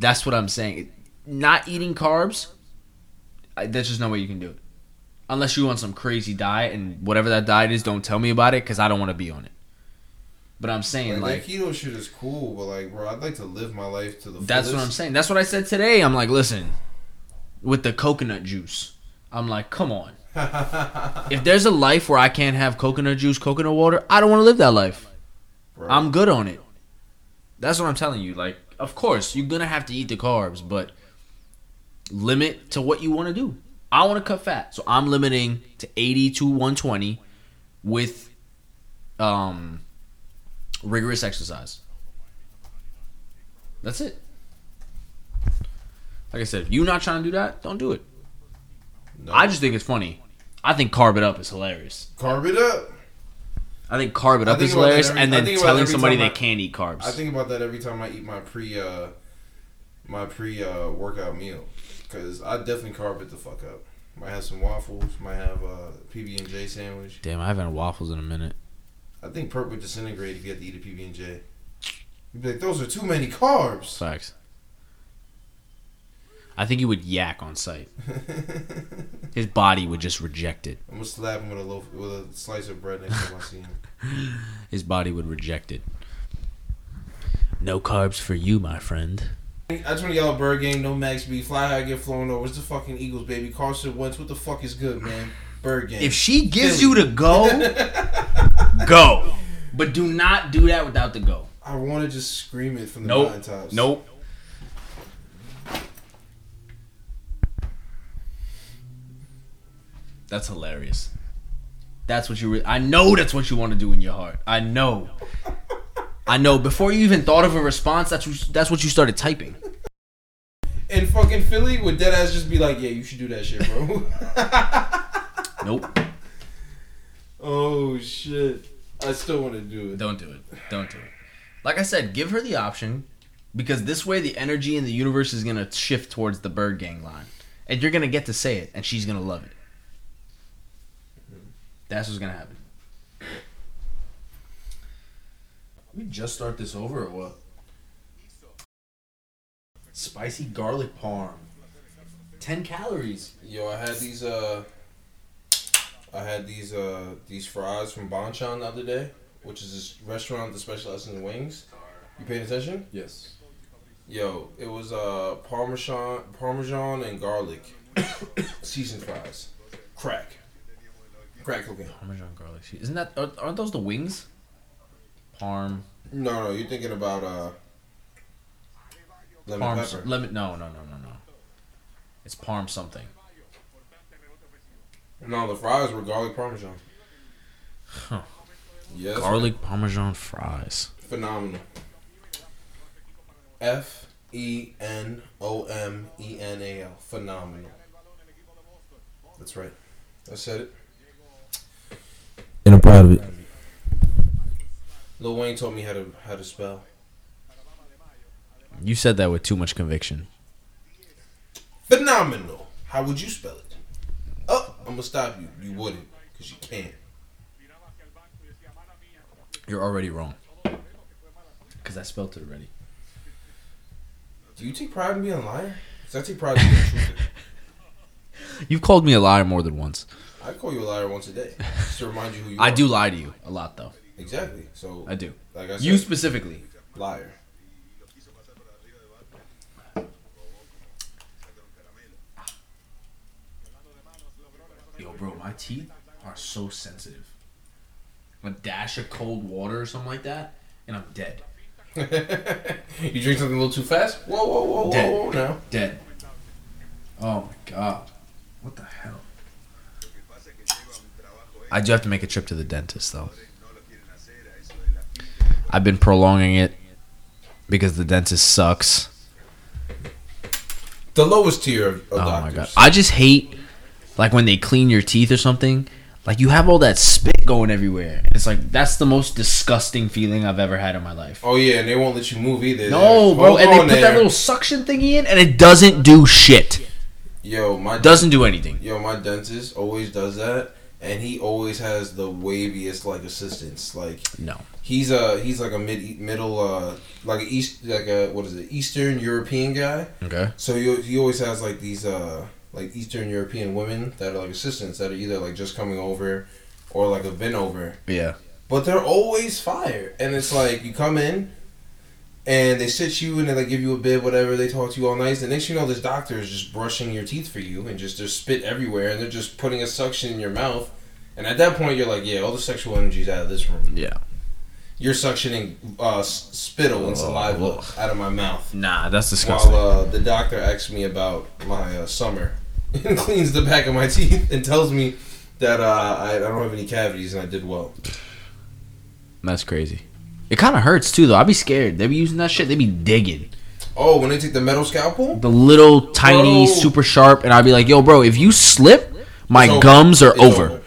that's what I'm saying. Not eating carbs. I, there's just no way you can do it, unless you want some crazy diet and whatever that diet is. Don't tell me about it because I don't want to be on it. But I'm saying
like,
like
that keto shit is cool, but like, bro, I'd like to live my life to the
That's what I'm saying. That's what I said today. I'm like, listen, with the coconut juice, I'm like, come on. if there's a life where I can't have coconut juice, coconut water, I don't want to live that life.
Bro.
I'm good on it. That's what I'm telling you. Like, of course, you're going to have to eat the carbs, but limit to what you want to do. I want to cut fat. So I'm limiting to 80 to 120 with um rigorous exercise. That's it. Like I said, if you're not trying to do that, don't do it.
No.
I just think it's funny. I think carb it up is hilarious.
carb it up.
I think carb it
I
up
think
is
about that
hilarious,
every-
and
I
then
think about
telling
every
somebody
time
they
I-
can't eat carbs.
I think about that every time I eat my pre uh my pre uh workout meal because I definitely carb it the fuck up. Might have some waffles. Might have a PB and J sandwich.
Damn, I haven't had waffles in a minute.
I think Perk would disintegrate if you had to eat a PB and J. You'd be like, those are too many carbs.
Facts. I think he would yak on sight.
I'm
His body would just reject it.
gonna slap him with a loaf with a slice of bread next time I see him.
His body would reject it. No carbs for you, my friend.
I just want y'all a bird game, no Max B. Fly high, get flown over. It's the fucking Eagles, baby. Carson Wentz, what the fuck is good, man? Bird game.
If she gives you the go, go. But do not do that without the go.
I want to just scream it from the
Nope.
mountaintops.
Nope. That's hilarious. That's what you. Re- I know that's what you want to do in your heart. I know. I know. Before you even thought of a response, that's what, that's what you started typing.
And fucking Philly would dead ass just be like, yeah, you should do that shit, bro.
Nope.
oh shit. I still want to do it.
Don't do it. Don't do it. Like I said, give her the option because this way the energy in the universe is gonna shift towards the bird gang line, and you're gonna get to say it, and she's gonna love it. That's what's gonna happen.
We just start this over or what?
Spicy garlic parm. 10 calories.
Yo, I had these uh, I had these uh, these fries from Bonchan the other day, which is this restaurant that specializes in wings. You paying attention?
Yes.
Yo, it was uh parmesan, parmesan and garlic, seasoned fries, crack, crack looking.
Parmesan garlic cheese. Isn't that aren't aren't those the wings? Parm,
No, no, you're thinking about uh, lemon
parm,
pepper.
lemon. No, no, no, no, no. It's parm something.
no, the fries were garlic parmesan.
Huh.
Yes,
Garlic parmesan fries.
phenomenal. F E N O M E N A L. Phenomenal. That's right. I said it.
And I'm proud of it.
Lil Wayne told me how to how to spell.
You said that with too much conviction.
Phenomenal. How would you spell it? Oh, I'm gonna stop you. You wouldn't, cause you can't.
You're already wrong. Cause I spelt it already.
Do you take pride in being a liar? Cause I take pride in being a truther.
You've called me a liar more than once.
I call you a liar once a day, just to remind you who you are.
I do lie to you a lot though.
Exactly. So
I do.
Like I said,
You specifically.
liar.
Yo, bro, my teeth are so sensitive. A dash of cold water or something like that, and I'm dead.
you drink something a little too fast. Whoa, whoa, whoa, whoa,
Dead.
whoa! Now
Dead. Oh my god. What the hell?
I do have to make a trip to the dentist though. I've been prolonging it because the dentist sucks.
the lowest tier of, of
Oh
doctors.
my god! I just hate like when they clean your teeth or something. Like you have all that spit going everywhere. It's like that's the most disgusting feeling I've ever had in my life.
Oh yeah, and they won't let you move either. They're
No,
like,
bro,
"Hold
and they
on
put that
there."
little suction thingy in, and it doesn't do shit.
yo, my
Doesn't do anything.
yo, my dentist always does that, and he always has the waviest like assistants. Like
No,
he's a he's like a mid middle uh like a east like a what is it Eastern European guy.
okay,
So he, he always has like these uh like Eastern European women that are like assistants that are either like just coming over or like have been over.
yeah,
But they're always fire. And it's like you come in and they sit you and they like give you a bib, whatever, they talk to you all night. The next thing you know this doctor is just brushing your teeth for you and just there's spit everywhere and they're just putting a suction in your mouth. And at that point you're like, Yeah, all the sexual energy's out of this room.
yeah.
You're suctioning uh s- spittle and saliva
Ugh.
out of my mouth.
Nah, that's disgusting.
While uh, the doctor asks me about my uh, summer and cleans the back of my teeth and tells me that uh, I, I don't have any cavities and I did well.
that's crazy. It kind of hurts too, though. I'd be scared. They be using that shit. They be digging
Oh, when they take the metal scalpel?
the little tiny,
Bro.
super sharp, and I'd be like, "Yo, bro, if you slip, my
It's over.
gums are
It's
over."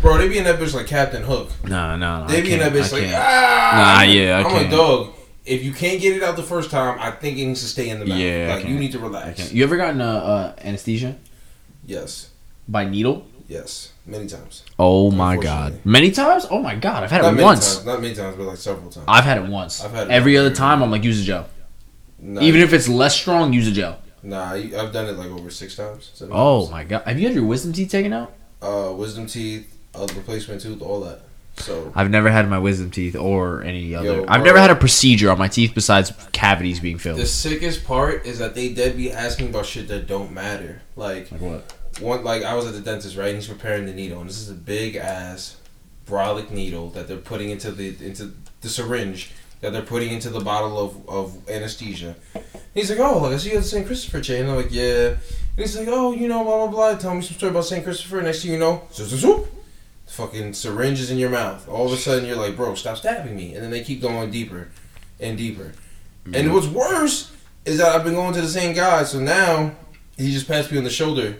Bro, they be in that bitch like Captain Hook.
No, no, no. I
They be in that
can't,
bitch
I
like,
can't.
ah!
Nah, yeah, I
am
can't.
a dog. If you can't get it out the first time, I think it needs to stay in the mouth.
Yeah, I
like you
can't.
need to
Okay.
relax.
You ever gotten uh, uh, anesthesia
Yes,
by needle?
yes, many times.
Oh my god!
Unfortunately.
Many times? Oh my god! I've had
Not
it
many
once.
times, not many times, but like several times.
I've had it once.
I've had it
Every
once.
other time, I'm like, use a gel.
nah,
Even if it's less strong, use a gel.
nah, you- I've done it like over six times. seven
Oh
times.
my god! Have you had your wisdom teeth taken out?
uh, wisdom teeth, uh, replacement tooth, all that. So
I've never had my wisdom teeth or any other. I've
bro.
never had a procedure on my teeth besides cavities being filled.
the sickest part is that they dead be asking about shit that don't matter. Like
like what?
one, like I was at the dentist, right? And he's preparing the needle, and this is a big ass brolic needle that they're putting into the into the syringe that they're putting into the bottle of, of anesthesia. He's like, oh, like I see you at the St. Christopher chain. And I'm like, yeah. And he's like, oh, you know, blah blah blah. Tell me some story about St. Christopher. Next thing you know, zoop, zoop, zoop, fucking syringe is in your mouth. All of a sudden, you're like, bro, stop stabbing me. And then they keep going deeper and deeper. And what's worse is that I've been going to the same guy, so now he just pats me on the shoulder,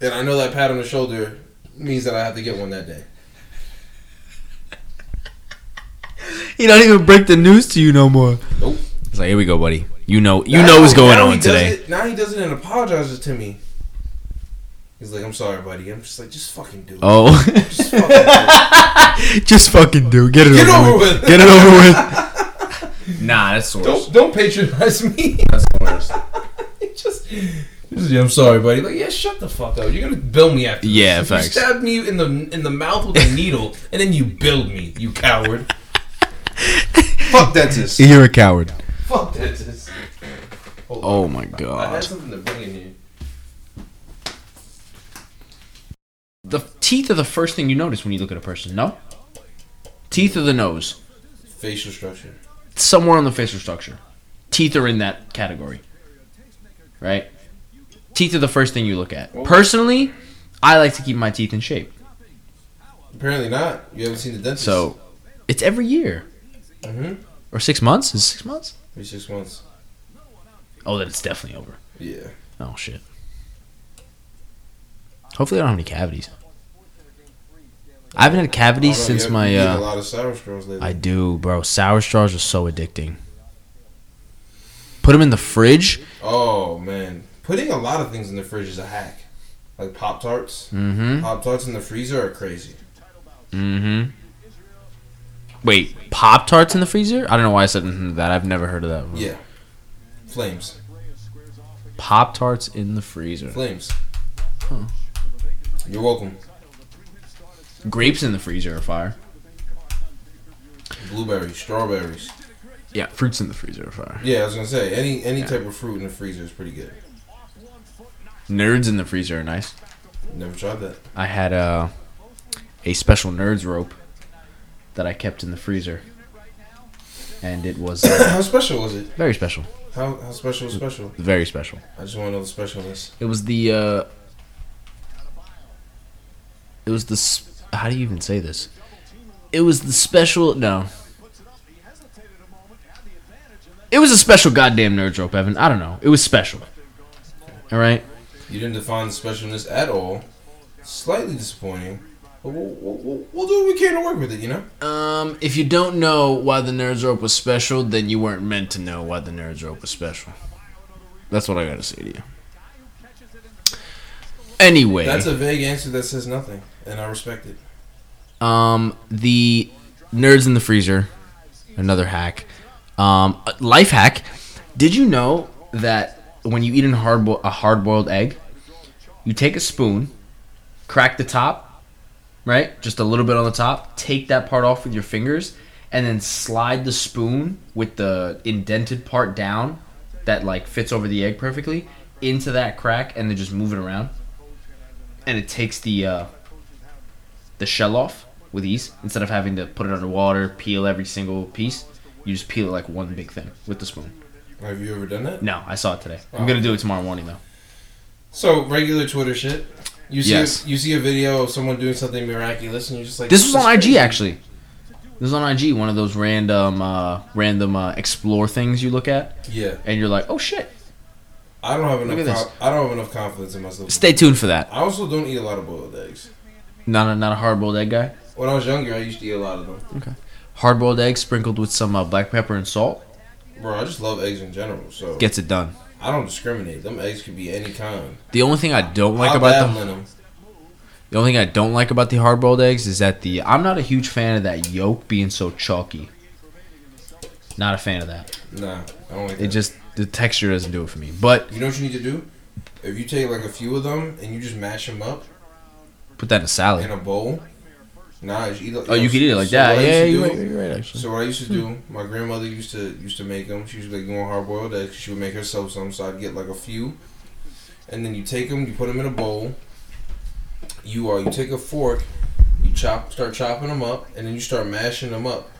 and I know that pat on the shoulder means that I have to get one that day.
He don't even break the news to you no more.
Nope.
It's like, here we go, buddy. You know, you know what's going
now he
on
does
today.
it- now he does it and apologizes to me. He's like, "I'm sorry, buddy." I'm just like, "Just fucking do it."
Oh,
Just fucking do it.
just fucking do. it. Get it
Get
over,
over
with.
with.
Get it over with. nah, that's the worst.
Don't don't patronize me.
That's the worst.
message you. I'm sorry, buddy. Like, yeah, shut the fuck up. You're gonna bill me after. this.
Yeah,
If you
facts.
stabbed me in the in the mouth with a needle, and then you billed me. You coward. fuck dentist.
You're a coward.
Fuck dentist. Hold on.
Oh my
I had
god.
something to bring in here.
The teeth are the first thing you notice when you look at a person, no? Teeth are the nose.
Facial structure.
somewhere on the facial structure. Teeth are in that category, right? Teeth are the first thing you look at.
Oh.
Personally, I like to keep my teeth in shape,
Apparently not. You haven't seen the dentist.
so it's every year
hmm
or six months. Is it six months?
Every six months.
Oh, then it's definitely over.
Yeah.
Oh shit. Hopefully, I don't have any cavities. I haven't
I
had
don't know,
cavities since
you-
my.
you eat a
Uh,
lot of sour straws lately.
I do, bro. Sour straws are so addicting. Put them in the fridge.
Oh man, putting a lot of things in the fridge is a hack. Like Pop Tarts.
Mm-hmm.
Pop Tarts in the freezer are crazy.
Mm-hmm. Wait, Pop Tarts in the freezer? I don't know why I said mhm to that. I've never heard of that. one.
Yeah. Flames.
Pop Tarts in the freezer.
Flames. You're welcome.
Grapes in the freezer are fire.
Blueberries, strawberries.
Yeah, fruits in the freezer are fire.
Yeah, I was gonna say any any type of fruit in the freezer is pretty good.
Nerds in the freezer are nice.
Never tried that.
I had a a special nerds rope that I kept in the freezer, and it was uh,
how special was it?
very special.
How how special was special?
Very special.
I just want to know the specialness.
It was the. Uh, it was the. s how do you even say this? It was the special. No. It was a special goddamn nerd rope, Evan. I don't know. It was special. All right.
You didn't define the specialness at all. Slightly disappointing. But we'll, we'll, we'll, we'll do what we can to work with it. You know.
Um, if you don't know why the nerd's rope was special, then you weren't meant to know why the nerd's rope was special. That's what I gotta say to you. Anyway,
That's a vague answer that says nothing, and I respect it.
Um, the nerds in the freezer, another hack. Um, a life hack. Did you know that when you eat an hard bo- a hard boiled egg, you take a spoon, crack the top, right, just a little bit on the top. Take that part off with your fingers, and then slide the spoon with the indented part down, that like fits over the egg perfectly, into that crack, and then just move it around, and it takes the uh, the shell off with ease instead of having to put it underwater, peel every single piece. You just peel it like one big thing with the spoon.
Have you ever done that?
No, I saw it today. I'm
Wow.
gonna do it tomorrow morning though.
So regular Twitter shit. You see,
Yes.
you see a video of someone doing something miraculous, and you're just like,
This was on
is
IG
crazy."
actually. This was on IG, one of those random, uh, random uh, explore things you look at,
Yeah,
and you're like, "Oh shit!"
I don't have
Look
enough.
at
Conf- I don't have enough confidence in myself.
Stay tuned for that.
I also don't eat a lot of boiled eggs.
Not a, not a hard boiled egg guy.
When I was younger, I used to eat a lot of them.
Hard boiled egg sprinkled with some uh, black pepper and salt
Bro, I just love eggs in general, so
gets it done.
I don't discriminate. Them eggs could be any kind.
The only thing I don't
Like
like
I'm
about the
battling them.
the only thing I don't like about the hard boiled eggs is that the I'm not a huge fan of that yolk being so chalky. Not a fan of that.
Nah, I don't like
It
that.
just the texture doesn't do it for me. But
You know what you need to do? If you take like a few of them and you just mash them up
put that in a
in
salad.
a bowl, nah, just eat.
Oh, you could eat it like
so what
that.
I used
Yeah,
to do-
you're right, you're right. Actually, Hmm.
So what I used to do, my grandmother used to used to make them. She was like, "You want hard boiled eggs?" She would make herself some, so I'd get like a few, and then you take them, you put them in a bowl. You are you take a fork, you chop, start chopping them up, and then you start mashing them up.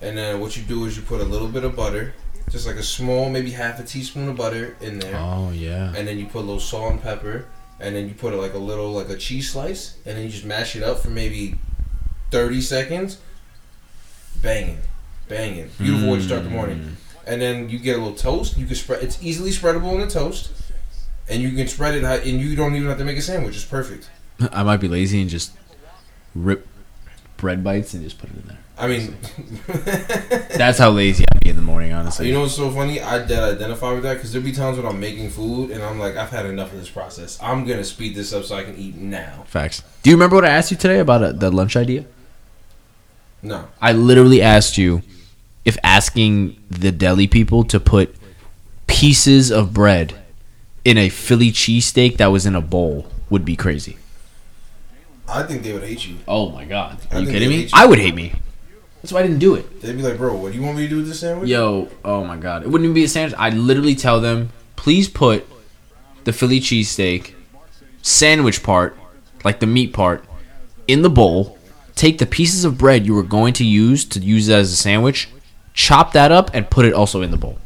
And then what you do is you put a little bit of butter, just like a small, maybe half a teaspoon of butter in there
Oh yeah.
and then you put a little salt and pepper, and then you put like a little like a cheese slice, and then you just mash it up for maybe thirty seconds. Banging, banging, beautiful way to start the morning. And then you get a little toast. You can spread. It's easily spreadable in a toast, and you can spread it, how- and you don't even have to make a sandwich. It's perfect.
I might be lazy and just rip bread bites and just put it in there.
I mean,
That's how lazy I be in the morning, honestly.
you know what's so funny? I did identify with that because there'll be times when I'm making food and I'm like, I've had enough of this process. I'm gonna speed this up so I can eat now.
Facts. Do you remember what I asked you today about uh, the lunch idea?
No,
I literally asked you if asking the deli people to put pieces of bread in a Philly cheesesteak that was in a bowl would be crazy.
I think they would hate you.
Oh my god.
I
Are you
think
kidding
they
me?
hate you.
I would hate me. That's why I didn't do it.
They'd be like, bro, what do you want me to do with this sandwich?
Yo, oh my god. It wouldn't even be a sandwich. I'd literally tell them, please put the Philly cheesesteak sandwich part, like the meat part, in the bowl. Take the pieces of bread you were going to use to use that as a sandwich, chop that up, and put it also in the bowl.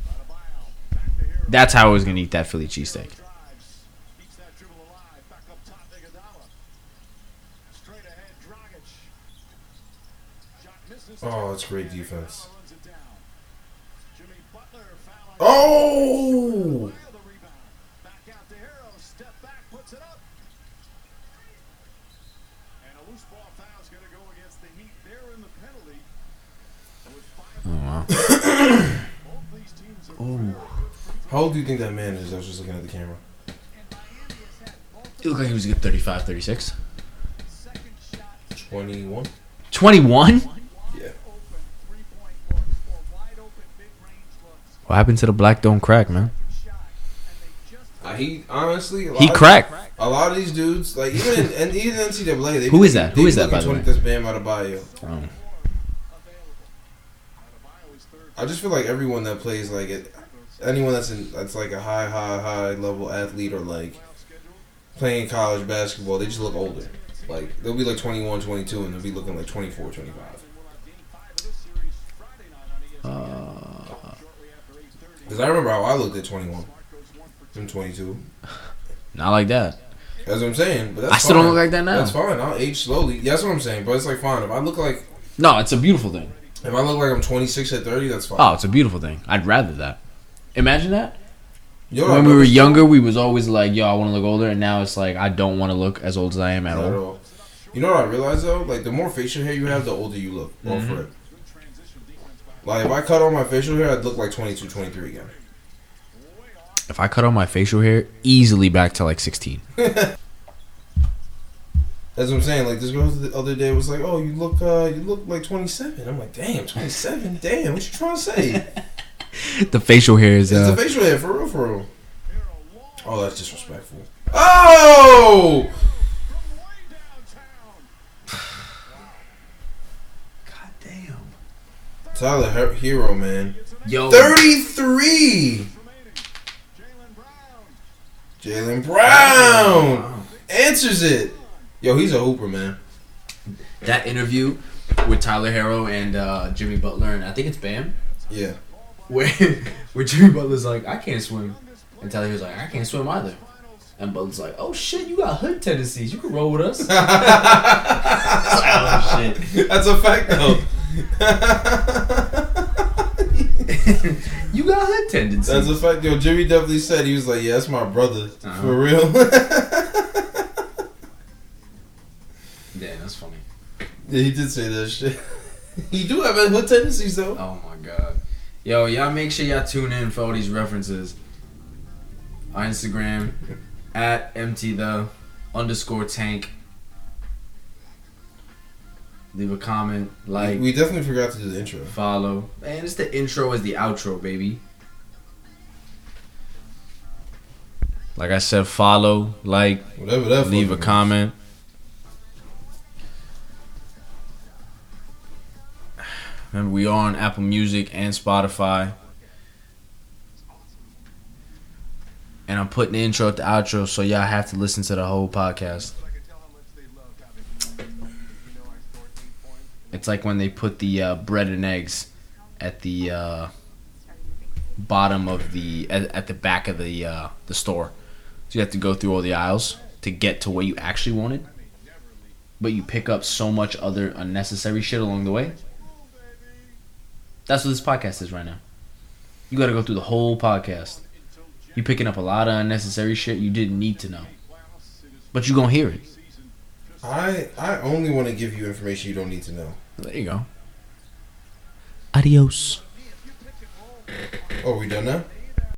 That's how I was gonna eat that Philly cheesesteak.
Keeps that dribble alive. Back up top, Iguodala. Straight ahead, Dragic. Shot misses.
Oh, it's great defense.
Runs it down. Jimmy Butler foul on
Oh!
the rebound. Back out to Hero. Step back, puts it up. And a loose ball foul's going to go against the Heat. They're in the penalty. With five. Both these teams are
How old do you think that man is? I was just looking at the camera.
It looked like he was a good 35, 36.
21.
21?
Yeah.
What happened to the black don't crack, man?
Uh, he honestly. a lot
He
of-
cracked.
A lot of these dudes, like even in, and even NCAA, they
Who is that? Who
they
is that,
looking
by the
to
way?
This Bam Adebayo.
Oh.
I just feel like everyone that plays like it, anyone that's in that's like a high, high, high level athlete or like playing college basketball, they just look older. Like they'll be like 21, 22, and they'll be looking like 24, 25.
E
Because I remember how I looked at 21 and 22.
Not like that.
That's what I'm saying. But that's
I still don't
fine.
look like that now.
That's fine. I'll age slowly. Yeah, that's what I'm saying. But it's like fine. If I look like
No, it's a beautiful thing.
if I look like I'm 26 at 30, that's fine.
Oh, it's a beautiful thing. I'd rather that. Imagine that.
Yo,
when we were younger, we was always like, "Yo, I want to look older," and now it's like, I don't want to look as old as I am at
Not at
all.
all. You know what I realized though? Like the more facial hair you have, the older you look. Well,
Mm-hmm.
for it. Like if I cut all my facial hair, I'd look like 22, 23 again.
If I cut off my facial hair, easily back to like 16.
That's what I'm saying. Like this girl the other day was like, "Oh, you look, uh, you look like 27." I'm like, "Damn, 27? Damn, what you trying to say?"
the facial hair is.
It's the
Uh,
facial hair for real, for real. Oh, that's disrespectful. Oh!
God damn.
Tyler Her- Hero, man.
yo,
33! Jalen Brown answers it. Yo, he's a hooper, man.
that interview with Tyler Harrow and uh, Jimmy Butler, and I think it's Bam,
Yeah.
where where Jimmy Butler's like, "I can't swim," and Tyler Harrow's like, "I can't swim either." And Butler's like, "Oh shit, you got hood tendencies. You can roll with us." oh shit.
That's a fact, though.
You got hood tendencies.
That's a fact. Yo, Jimmy definitely said he was like, "Yeah, that's my brother
Uh-huh.
for real."
Damn, that's funny.
yeah, he did say that shit. he do have hood tendencies though.
Oh my god. Yo, y'all make sure y'all tune in for all these references. On Instagram at empty the underscore tank. Leave a comment, like,
We definitely forgot to do the intro.
follow. Man, it's the intro as the outro, baby. Like I said, follow, like,
Whatever that.
leave a
fucking-
comment. Remember, we are on Apple Music and Spotify. And I'm putting the intro at the outro, so y'all have to listen to the whole podcast. It's like when they put the uh, bread and eggs at the uh, bottom of the at, at the back of the uh, the store. So you have to go through all the aisles to get to what you actually wanted. But you pick up so much other unnecessary shit along the way. That's what this podcast is right now. You got to go through the whole podcast. You picking up a lot of unnecessary shit you didn't need to know. But you going to hear it.
I I only want to give you information you don't need to know.
There you go.
Oh, we done now?